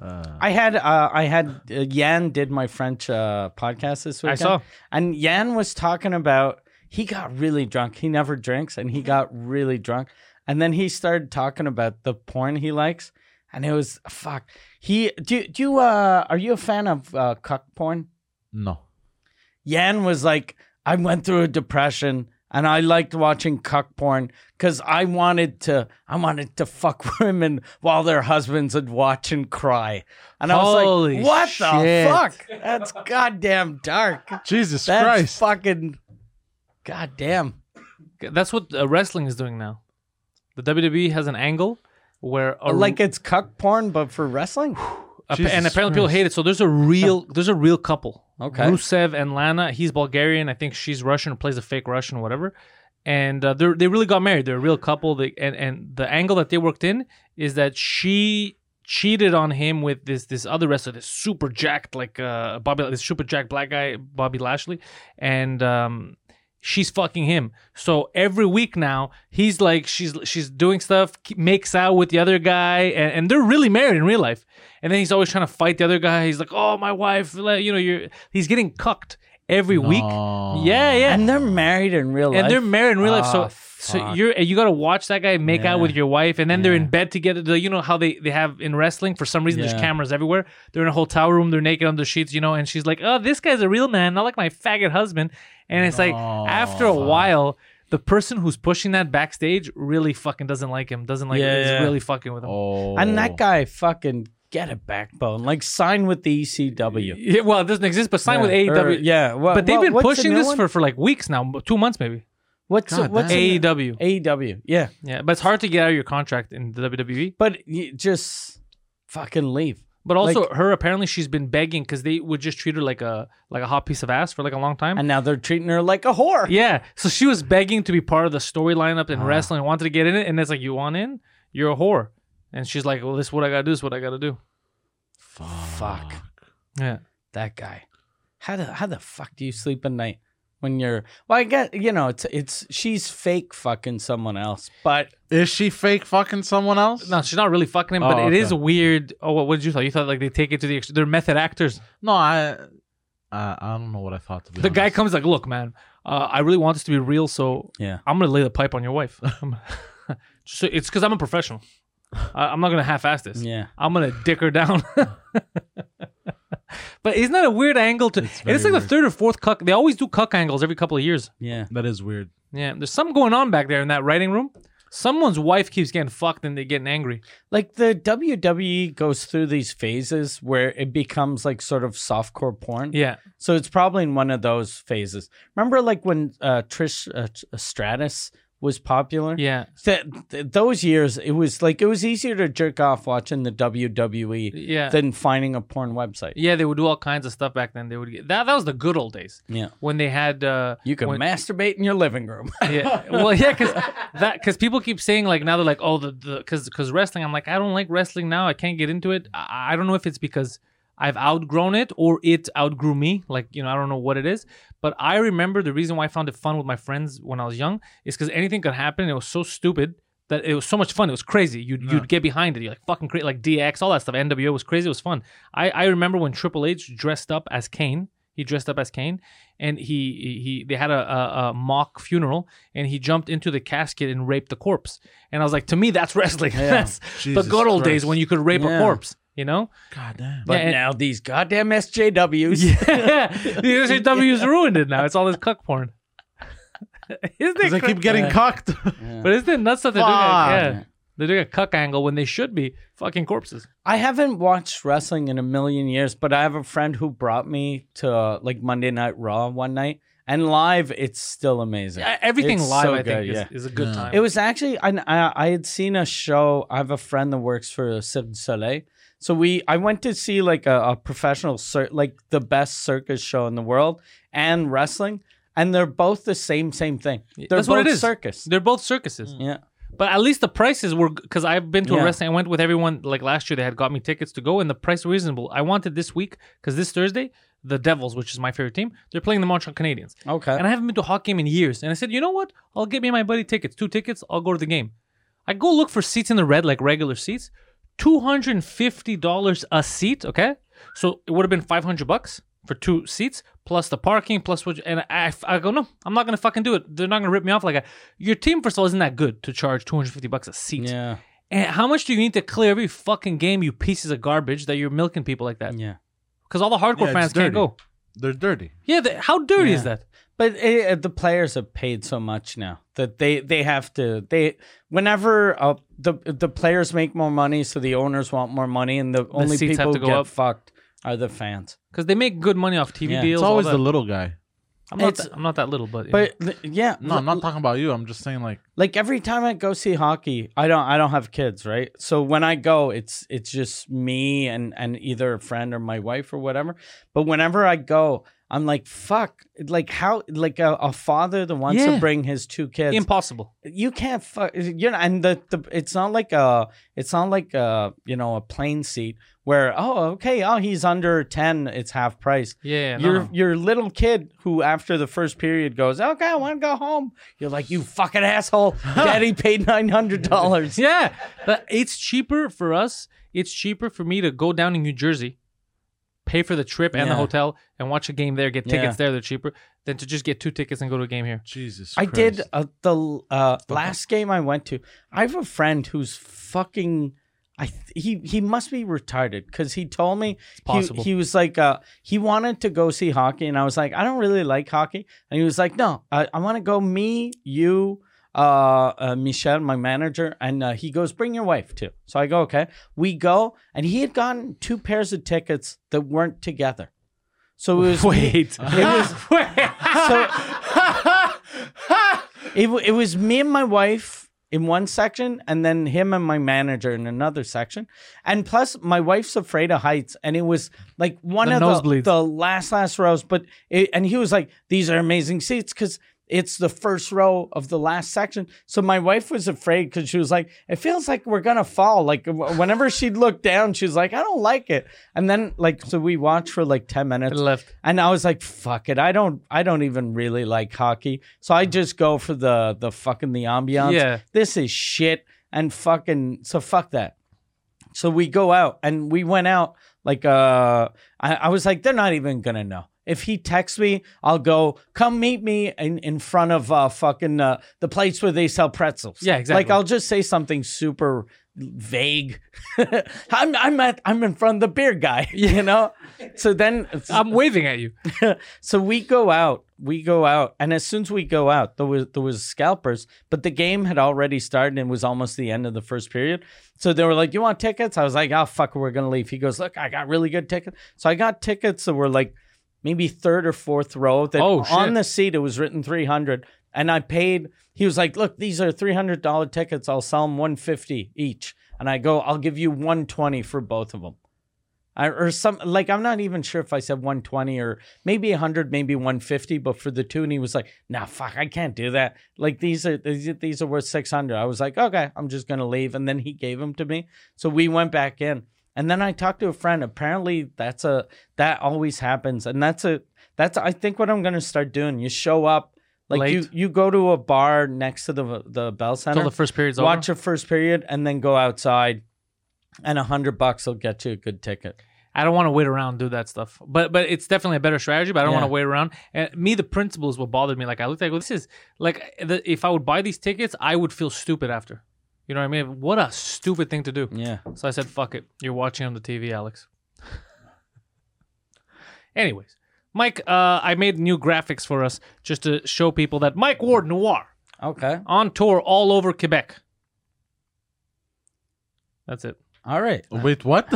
S3: Uh,
S2: I had uh, I had uh, Yan did my French uh, podcast this
S1: I
S2: weekend.
S1: saw.
S2: And Yan was talking about he got really drunk. He never drinks, and he got really drunk. And then he started talking about the porn he likes, and it was fuck. He do do you uh are you a fan of uh, cuck porn?
S3: no.
S2: Yan was like, I went through a depression and I liked watching cuck porn because I wanted to I wanted to fuck women while their husbands would watch and cry. And I was
S1: Holy
S2: like, What
S1: shit.
S2: the fuck? That's goddamn dark.
S3: Jesus
S2: That's
S3: Christ.
S2: fucking goddamn.
S1: That's what uh, wrestling is doing now. The WWE has an angle where a,
S2: Uh, Like it's cuck porn, but for wrestling?
S1: a-
S3: Jesus
S1: and apparently people hate it. So there's a real there's a real couple.
S2: Okay.
S1: Rusev and Lana. He's Bulgarian. I think she's Russian. Plays a fake Russian, whatever. And uh, they they really got married. They're a real couple. They, and and the angle that they worked in is that she cheated on him with this this other wrestler, this super jacked like uh Bobby, this super jacked black guy, Bobby Lashley, and um she's fucking him. So every week now, he's like she's she's doing stuff, ke- makes out with the other guy, and, and they're really married in real life. And then he's always trying to fight the other guy. He's like, "Oh, my wife," like, you know, you're he's getting cucked every week.
S3: No.
S1: Yeah, yeah.
S2: And they're married in real life.
S1: And they're married in real life, so
S2: Ah,
S1: so
S2: fuck.
S1: you're you gotta watch that guy make out
S2: Yeah.
S1: with your wife, and then they're in
S2: Yeah.
S1: bed together. The- you know how they they have in wrestling for some reason there's
S2: Yeah.
S1: cameras everywhere. They're in a hotel room, they're naked on the sheets, you know, and she's like, "Oh, this guy's a real man, not like my faggot husband." And it's like
S3: No.
S1: after a while. The person who's pushing that backstage really fucking doesn't like him. Doesn't like
S2: Yeah,
S1: is
S2: yeah.
S1: really fucking with him.
S3: Oh.
S2: and that guy fucking get a backbone. Like sign with the E ECW.
S1: Yeah, well, it doesn't exist, but sign with
S2: Yeah,
S1: AEW.
S2: or- yeah, well,
S1: but they've
S2: well,
S1: been
S2: what's the
S1: pushing
S2: new
S1: this
S2: one?
S1: for, for like weeks now, two months maybe.
S2: what's
S3: God
S2: what's
S3: damn.
S2: the-
S1: AEW.
S2: AEW. Yeah,
S1: Yeah, but it's hard to get out of your contract in the E. WWE.
S2: but you just fucking leave.
S1: But also,
S2: Like-
S1: her apparently she's been begging because they would just treat her like a like a hot piece of ass for like a long time.
S2: And now they're treating her like a whore.
S1: yeah, so she was begging to be part of the story lineup
S2: Ah.
S1: in wrestling, wanted to get in it, and it's like, you want in? You're a whore. And she's like, well, this is what I gotta do. This is what I gotta do.
S3: Fuck.
S2: Fuck
S1: Yeah,
S2: that guy. How the how the fuck do you sleep at night? when you're. Well, I get you know it's it's she's fake fucking someone else, but
S3: Is she fake fucking someone else?
S1: No, she's not really fucking him, but
S2: Oh,
S1: it is
S2: okay.
S1: weird. Oh, what, what did you thought? You thought like they take it to the extreme. They're method actors.
S3: No, I, I, I don't know what I thought. To be
S1: The guy
S3: honest.
S1: comes like, "Look, man, uh, I really want this to be real, so
S2: yeah,
S1: I'm gonna lay the pipe on your wife." so it's because I'm a professional. I, I'm not gonna half-ass this.
S2: yeah.
S1: I'm gonna dick her down. but isn't that a weird angle to?
S3: It's
S1: and it's like
S3: very
S1: the
S3: weird.
S1: third or fourth cuck. They always do cuck angles every couple of years.
S2: Yeah.
S3: That is weird.
S1: Yeah, there's something going on back there in that writing room. Someone's wife keeps getting fucked and they're getting angry.
S2: Like the WWE goes through these phases where it becomes like sort of softcore porn.
S1: Yeah,
S2: So it's probably in one of those phases. Remember like when uh, Trish uh, Stratus was popular?
S1: yeah,
S2: Th- th- those years, it was like it was easier to jerk off watching the WWE
S1: yeah.
S2: than finding a porn website.
S1: Yeah, they would do all kinds of stuff back then. They would get that. That was the good old days
S2: Yeah.
S1: when they had. Uh,
S2: You can
S1: when-
S2: masturbate in your living room.
S1: yeah, well, yeah, because that because people keep saying like now they're like oh the the because because wrestling. I'm like I don't like wrestling now. I can't get into it. I, I don't know if it's because I've outgrown it or it outgrew me. Like you know I don't know what it is. But I remember the reason why I found it fun with my friends when I was young is because anything could happen. It was so stupid. That it was so much fun. It was crazy. You'd,
S3: Yeah.
S1: you'd get behind it. You're like fucking crazy, like DX, all that stuff. NWO was crazy. It was fun. I, I remember when Triple H dressed up as Kane. He dressed up as Kane, and he he, he they had a, a, a mock funeral, and he jumped into the casket and raped the corpse. And I was like, to me, that's wrestling. that's
S3: Jesus
S1: the good old days
S3: Christ.
S1: when you could rape a
S2: Yeah.
S1: corpse. You know,
S3: God damn.
S2: But
S1: Yeah, and-
S2: now these goddamn SJWs.
S1: yeah, the SJW's ruined it now. It's all this cuck porn. isn't it?
S3: Because I
S1: cra-
S3: keep getting
S2: Yeah.
S3: cocked.
S1: but isn't it nuts that they're doing? A, yeah,
S2: Fuck.
S1: they're doing a cuck angle when they should be fucking corpses.
S2: I haven't watched wrestling in a million years, but I have a friend who brought me to uh, like Monday Night Raw one night, and live it's still amazing.
S1: Yeah, E- Everything
S2: It's
S1: live,
S2: so
S1: I think,
S2: good,
S1: is,
S2: yeah.
S1: is a good
S3: Yeah.
S1: time.
S2: It was actually I, I I had seen a show. I have a friend that works for Cirque du Soleil, so we I went to see like a, a professional cir- like the best circus show in the world and wrestling, and they're both the same same thing. They're
S1: That's
S2: both
S1: what it is.
S2: circus.
S1: They're both circuses.
S2: Yeah,
S1: But at least the prices were because I've been to a
S2: Mm. Yeah.
S1: wrestling. I went with everyone like last year. They had got me tickets to go, and the price was reasonable. I wanted this week because this Thursday, the Devils, which is my favorite team, they're playing the Montreal Canadiens,
S2: okay.
S1: and I haven't been to a hockey game in years. And I said, you know what? I'll get me and my buddy tickets, two tickets. I'll go to the game. I go look for seats in the red, like regular seats, two hundred and fifty dollars a seat. Okay, so it would have been five hundred bucks for two seats plus the parking plus what. And I, I go no, I'm not gonna fucking do it. They're not gonna rip me off like that. Your team, first of all, isn't that good to charge two hundred fifty bucks a seat.
S2: yeah,
S1: And how much do you need to clear every fucking game, you pieces of garbage, that you're milking people like that?
S2: yeah.
S1: Because all the hardcore
S3: Yeah,
S1: fans
S3: it's
S1: can't
S3: dirty.
S1: go.
S3: They're dirty.
S1: Yeah, the, how dirty is
S2: Yeah.
S1: that?
S2: But eh, the players have paid so much now that they, they have to they whenever uh, the the players make more money, so the owners want more money, and the, only
S1: seats have
S2: people
S1: to
S2: who
S1: go
S2: get
S1: up.
S2: fucked are the fans.
S1: Because they make good money off TV
S2: Yeah. It's
S1: deals.
S3: It's
S1: all
S3: always
S1: that.
S3: the little guy.
S1: I'm not.
S2: It's-
S1: that- I'm not that little, but,
S2: But th- yeah,
S3: No, I'm not talking about you. I'm just saying like
S2: like every time I go see hockey, I don't I don't have kids, right? So when I go, it's it's just me and and either a friend or my wife or whatever. But whenever I go, I'm like fuck, like how like a, a father that wants
S1: Yeah.
S2: to bring his two kids.
S1: impossible.
S2: you can't fuck you know and the, the it's not like a it's not like a you know a plane seat where oh okay oh he's under 10 it's half price
S1: Yeah, no,
S2: your
S1: no.
S2: your little kid who after the first period goes okay i want to go home you're like you fucking asshole daddy paid $900
S1: Yeah, but it's cheaper for us. It's cheaper for me to go down to New Jersey, pay for the trip and the
S2: Yeah.
S1: hotel, and watch a game there. Get tickets
S2: Yeah.
S1: there; they're cheaper than to just get two tickets and go to a game here.
S3: Jesus.
S2: I
S3: Christ.
S2: did uh, the uh, last game I went to. I have a friend who's fucking. I th- he he must be retarded because he told me he,
S1: possible.
S2: he was like uh, he wanted to go see hockey and I was like I don't really like hockey and he was like no I, I want to go me you uh, uh Michelle my manager and uh, he goes bring your wife too so I go okay we go and he had gotten two pairs of tickets that weren't together so it was
S1: Wait,
S2: it was so it, w- it was me and my wife in one section and then him and my manager in another section and plus my wife's afraid of heights and it was like one
S1: The
S2: of
S1: nosebleeds.
S2: the, the last last rows but it, and he was like these are amazing seats because it's the first row of the last section. So my wife was afraid because she was like, it feels like we're gonna fall. Like w- whenever she looked down, she was like, I don't like it. And then like so we watched for like ten minutes.
S1: It left.
S2: And I was like, "Fuck it, I don't, I don't even really like hockey, so I just go for the the fucking the ambiance.
S1: Yeah.
S2: this is shit, and fucking so fuck that." So we go out, and we went out like uh, I, I was like, "They're not even gonna know." If he texts me, I'll go. Come meet me in, in front of uh, fucking uh, the place where they sell pretzels.
S1: Yeah, exactly.
S2: Like I'll just say something super vague. I'm I'm at I'm in front of the beer guy. You know. So then
S1: I'm waving at you.
S2: so we go out, we go out, and as soon as we go out, there was there was scalpers, but the game had already started and was almost the end of the first period. So they were like, "You want tickets?" I was like, "Oh fuck, we're gonna leave." He goes, "Look, I got really good tickets." So I got tickets that were like maybe third or fourth row. That
S1: Oh, shit.
S2: on the seat it was written three hundred, and I paid. He was like, "Look, these are three hundred dollar tickets. I'll sell them one fifty each." And I go, "I'll give you one twenty for both of them." I, or some like I'm not even sure if I said 120 or maybe 100, maybe 150. But for the two, and he was like, "Nah, fuck, I can't do that. Like these are these, these are worth 600." I was like, "Okay, I'm just gonna leave." And then he gave them to me, so we went back in. And then I talked to a friend. Apparently, that's a that always happens, and that's a that's I think what I'm gonna start doing. You show up like you
S1: Late.
S2: you go to a bar next to the the Bell Center
S1: Until the first period's
S2: watch
S1: over.
S2: a first period and then go outside and a hundred bucks will get you a good ticket
S1: I don't want to wait around and do that stuff. But but it's definitely a better strategy. But I don't
S2: Yeah.
S1: want to wait around. And me, the principles what bothered me. Like I looked at, it, I go, this is like the, if I would buy these tickets, I would feel stupid after. You know what I mean? What a stupid thing to do.
S2: yeah
S1: So I said, fuck it. You're watching on the TV, Alex. Anyways, Mike, uh, I made new graphics for us just to show people that Mike Ward Noir
S2: okay
S1: on tour all over Quebec. That's it.
S2: all right
S3: Wait, what?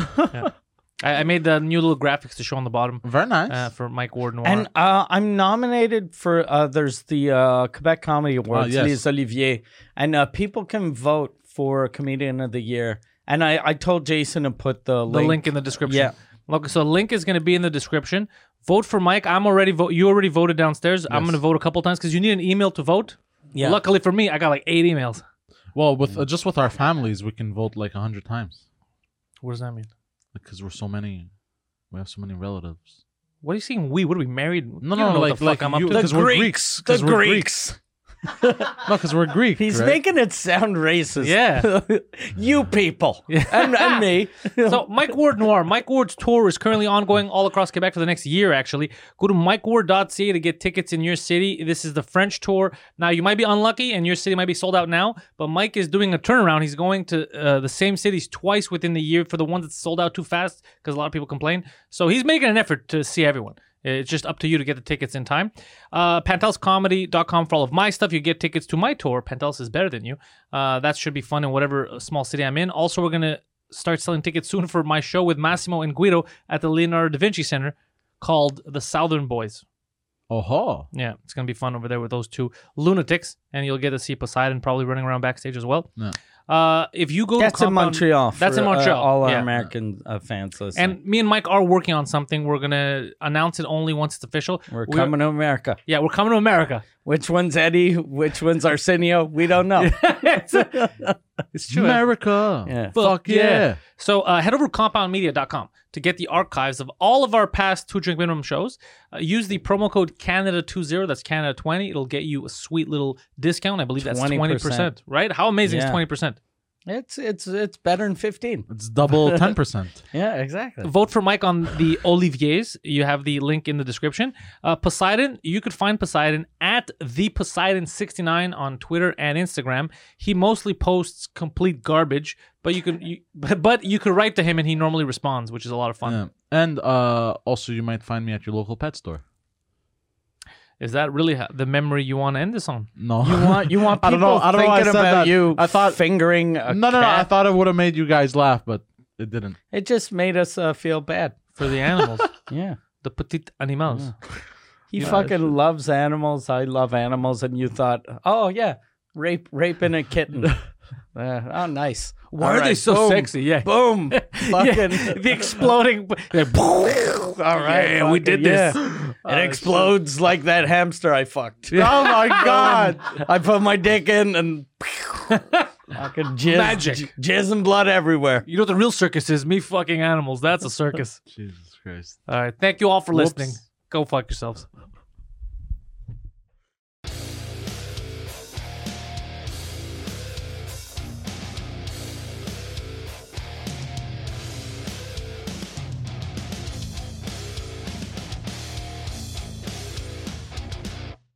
S1: I, I made the new little graphics to show on the bottom
S3: Very nice.
S1: uh, for Mike Ward Noir.
S2: and uh, i'm nominated for uh, there's the uh, quebec
S1: Oh,
S2: comedy awards
S3: yes.
S2: les olivier and uh, people can vote for comedian of the year and i, I told jason to put the,
S1: the link in the description.
S2: Yeah.
S1: Look, so link is going to be in the description. Vote for Mike. I'm already vote. You already voted downstairs. I'm going to vote a couple times because you need an email to vote.
S2: Yeah.
S1: Luckily for me, I got like eight emails.
S3: well, with uh, just with our families, we can vote like a hundred times
S1: What does that mean?
S3: because we're so many. We have so many relatives.
S1: What are you saying? We? What are we married? No,
S3: no,
S1: know
S3: like-
S1: what the
S3: like
S1: fuck I'm up
S3: you-
S1: to.
S3: The 'cause we're Greeks. Greeks. 'Cause
S2: the
S3: we're
S2: greeks
S3: No, because we're Greek.
S2: he's
S3: right?
S2: making it sound racist
S1: Yeah.
S2: you people and, and me
S1: so Mike Ward Noir, Mike Ward's tour is currently ongoing all across Quebec for the next year. Actually, go to mikeward.ca to get tickets in your city. This is the French tour. Now you might be unlucky, and your city might be sold out now. But Mike is doing a turnaround. He's going to uh, the same cities twice within the year for the ones that sold out too fast because a lot of people complain. So he's making an effort to see everyone. It's just up to you to get the tickets in time. Uh, PantelsComedy.com for all of my stuff. You get tickets to my tour. Pantels is better than you. Uh, that should be fun in whatever uh, small city I'm in. Also, we're going to start selling tickets soon for my show with Massimo and Guido at the Leonardo da Vinci Center called The Southern Boys.
S3: Oh ho!
S1: Yeah, it's going to be fun over there with those two lunatics. And you'll get to see Poseidon probably running around backstage as well.
S3: Yeah.
S1: Uh, if you go
S2: that's
S1: to
S2: in
S1: Compound-
S2: montreal
S1: That's
S2: for,
S1: in
S2: uh,
S1: Montreal.
S2: all our
S1: Yeah.
S2: american uh, fans listen
S1: And me and Mike are working on something. We're going to announce it only once it's official.
S2: we're coming to america
S1: Yeah, we're coming to America.
S2: Which one's Eddie? Which one's Arsenio? We don't know.
S1: it's, it's true.
S3: America.
S2: Yeah.
S3: Fuck yeah.
S1: So uh, head over to compoundmedia.com to get the archives of all of our past Two Drink Minimum shows. Uh, use the promo code Canada20, that's Canada20. It'll get you a sweet little discount. I believe that's 20%,
S2: 20%,
S1: right? How amazing is
S2: Yeah.
S1: 20%?
S2: It's it's it's better than fifteen.
S3: It's double ten percent.
S2: Yeah, exactly.
S1: Vote for Mike on the Oliviers. You have the link in the description. Uh, Poseidon, you could find Poseidon at the Poseidon69 on Twitter and Instagram. He mostly posts complete garbage, but you can you, but you could write to him and he normally responds, which is a lot of fun.
S3: Yeah. And uh, also, you might find me at your local pet store.
S1: Is that really ho- the memory you want to end this on?
S3: No,
S2: You want you want people
S3: I don't know. I don't know. why I
S2: thinking
S3: said
S2: about
S3: that.
S2: you.
S3: I thought.
S2: fingering.
S3: No,
S2: A
S3: no, no.
S2: cat.
S3: I thought it would have made you guys laugh, but it didn't.
S2: it just made us uh, feel bad.
S1: For the animals,
S2: Yeah,
S1: the petit animals.
S2: he fucking loves animals. I love animals, and you thought, oh yeah, rape raping a kitten. There. oh, nice.
S1: Why
S2: All
S1: are they
S2: right,
S1: so
S2: boom.
S1: sexy? Yeah.
S2: Boom.
S1: Yeah,
S2: Fucking.
S1: the exploding. All
S2: All
S1: right, Uh,
S2: right.
S1: we
S2: fucking
S1: did this.
S2: yeah. It explodes like that hamster I fucked. Oh my god! I put my dick in and fucking jizz,
S1: Magic.
S2: j- jizz and blood everywhere.
S1: You know what the real circus is? Me fucking animals. That's a circus.
S3: Jesus Christ.
S1: All right. Thank you all for
S2: Whoops.
S1: listening. Go fuck yourselves.